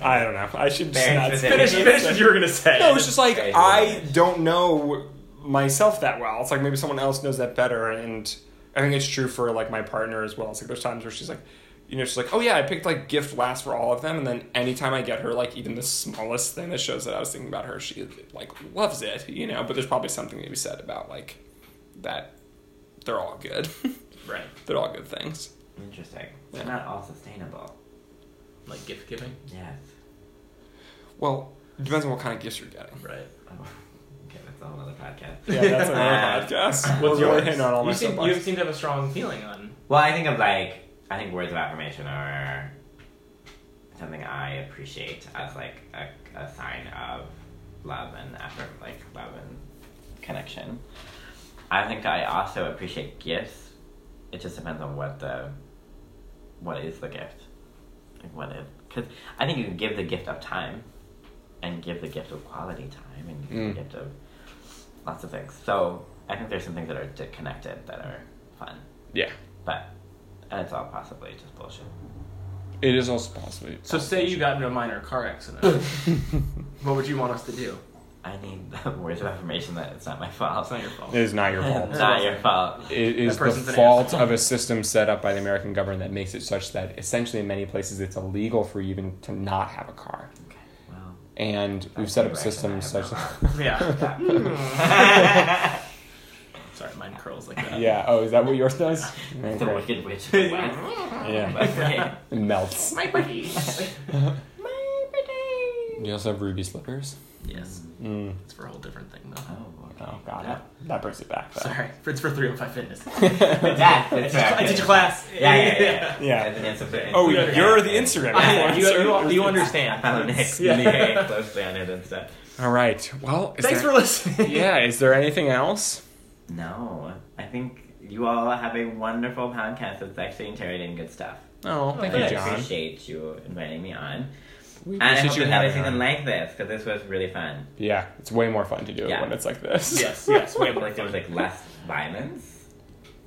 B: I don't know. I should just
D: Very
B: not
D: specific.
C: finish, finish what you were gonna say.
B: No, it's just like
D: Okay.
B: I don't know myself that well. It's like maybe someone else knows that better, and I think it's true for like my partner as well. It's like there's times where she's like, you know, she's like, oh yeah, I picked like gift last for all of them, and then anytime I get her like even the smallest thing that shows that I was thinking about her, she like loves it, you know. But there's probably something to be said about like that. They're all good.
C: right,
B: they're all good things.
D: Interesting.
B: Yeah.
D: They're not all sustainable.
C: like gift giving.
D: Yes.
B: Well, it depends on what kind of gifts you're getting.
C: Right.
D: Oh. Okay, that's a whole other podcast.
B: Yeah, that's another podcast. We're
C: What's
B: really
C: yours?
B: hitting on all my
C: you seem,
B: soapbox.
C: you seem to have a strong feeling on.
D: Well, I think of like I think words of affirmation are something I appreciate as like a, a sign of love and effort, like love and connection. I think I also appreciate gifts. It just depends on what the what is the gift. Like what if? Because I think you can give the gift of time, and give the gift of quality time, and give
B: Mm.
D: the gift of lots of things. So I think there's some things that are di- connected that are fun,
B: Yeah.
D: but it's all possibly just bullshit.
B: It is also possible.
C: So say you got into a minor car accident. what would you want us to do?
D: I need the words of affirmation that it's not my fault.
C: It's not your fault.
B: It is not your fault.
D: It's not your fault.
B: It is the
C: person's an
B: fault
C: asshole.
B: of a system set up by the American government that makes it such that essentially in many places it's illegal for you even to not have a car.
D: Okay, well,
B: And we've
D: that's
B: set
D: the
B: up
D: direction I
B: systems
D: have
B: such
C: Yeah.
D: gone.
C: Sorry, mine curls like that.
B: Yeah, oh, is that what yours does?
D: the
B: Okay.
D: Wicked Witch.
B: Yeah.
D: Okay.
B: It melts.
C: My buddy.
D: My birthday.
B: You also have ruby slippers.
C: yes.
B: Mm.
C: It's for a whole different thing though.
D: Oh, okay.
B: Oh god,
D: Yeah.
B: that, that brings it back. Though.
C: Sorry. It's for 305 Fitness.
D: That's
C: I
D: the
C: teach-
D: track.
C: I teach a class.
D: Yeah, yeah, yeah.
B: Yeah.
D: As an Instagram-
B: Oh,
C: Yeah.
B: you're the Instagram
C: I- you,
B: influencer.
C: you, you
D: I
C: understand.
D: follow Nick
C: Yeah.
D: very closely on it and stuff.
B: All right. Well, is
C: Thanks
B: there-
C: for listening.
B: Yeah. Is there anything else?
D: No, I think you all have a wonderful podcast that's actually interrogating good stuff.
B: Oh, thank
D: I
B: you, John.
D: appreciate you inviting me on.
B: We
D: And I hope we have a
B: having
D: season
B: on.
D: like this because this was really fun.
B: Yeah, it's way more fun to do it
D: Yeah.
B: when it's like this.
C: Yes, yes, way more
D: like there was like less violence,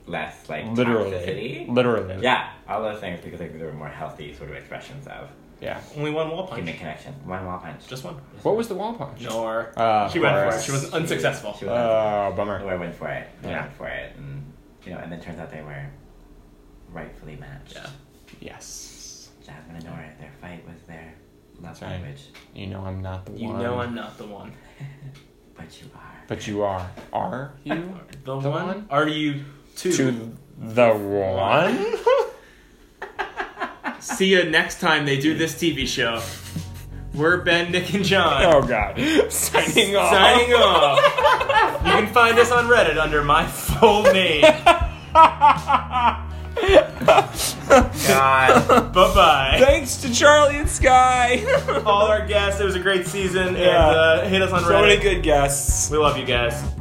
D: less like
B: Literally.
D: toxicity.
B: Literally.
D: Yeah, all those things because like there were more healthy sort of expressions of
B: Yeah.
C: Only one wall punch.
D: human connection. One wall punch.
C: Just one.
B: What was the wall punch?
C: Nor.
B: Uh,
C: she went for it.
B: Boris.
C: She was unsuccessful.
D: She was
B: Oh,
D: So
B: bummer.
D: I went for it. I
B: Yeah.
D: went for it, and you know, and then turns out they were rightfully matched.
C: Yeah.
B: Yes.
D: Jasmine and Nora, their fight was their love
B: That's right.
D: language,
B: You know I'm not the
C: You
B: one.
C: know I'm not the one.
D: but you are.
B: But you are. Are you
C: The,
B: The
C: one?
B: one?
C: Are you two?
B: to the one?
C: See you next time they do this TV show. We're Ben, Nick, and John.
B: Oh God. Signing off.
C: Signing off. you can find us on Reddit under my full name.
D: God,
C: bye bye.
B: Thanks to Charlie and Sky.
C: All our guests. It was a great season. And
B: Yeah.
C: uh, hit us on
B: so
C: Reddit.
B: many good guests.
C: we love you guys.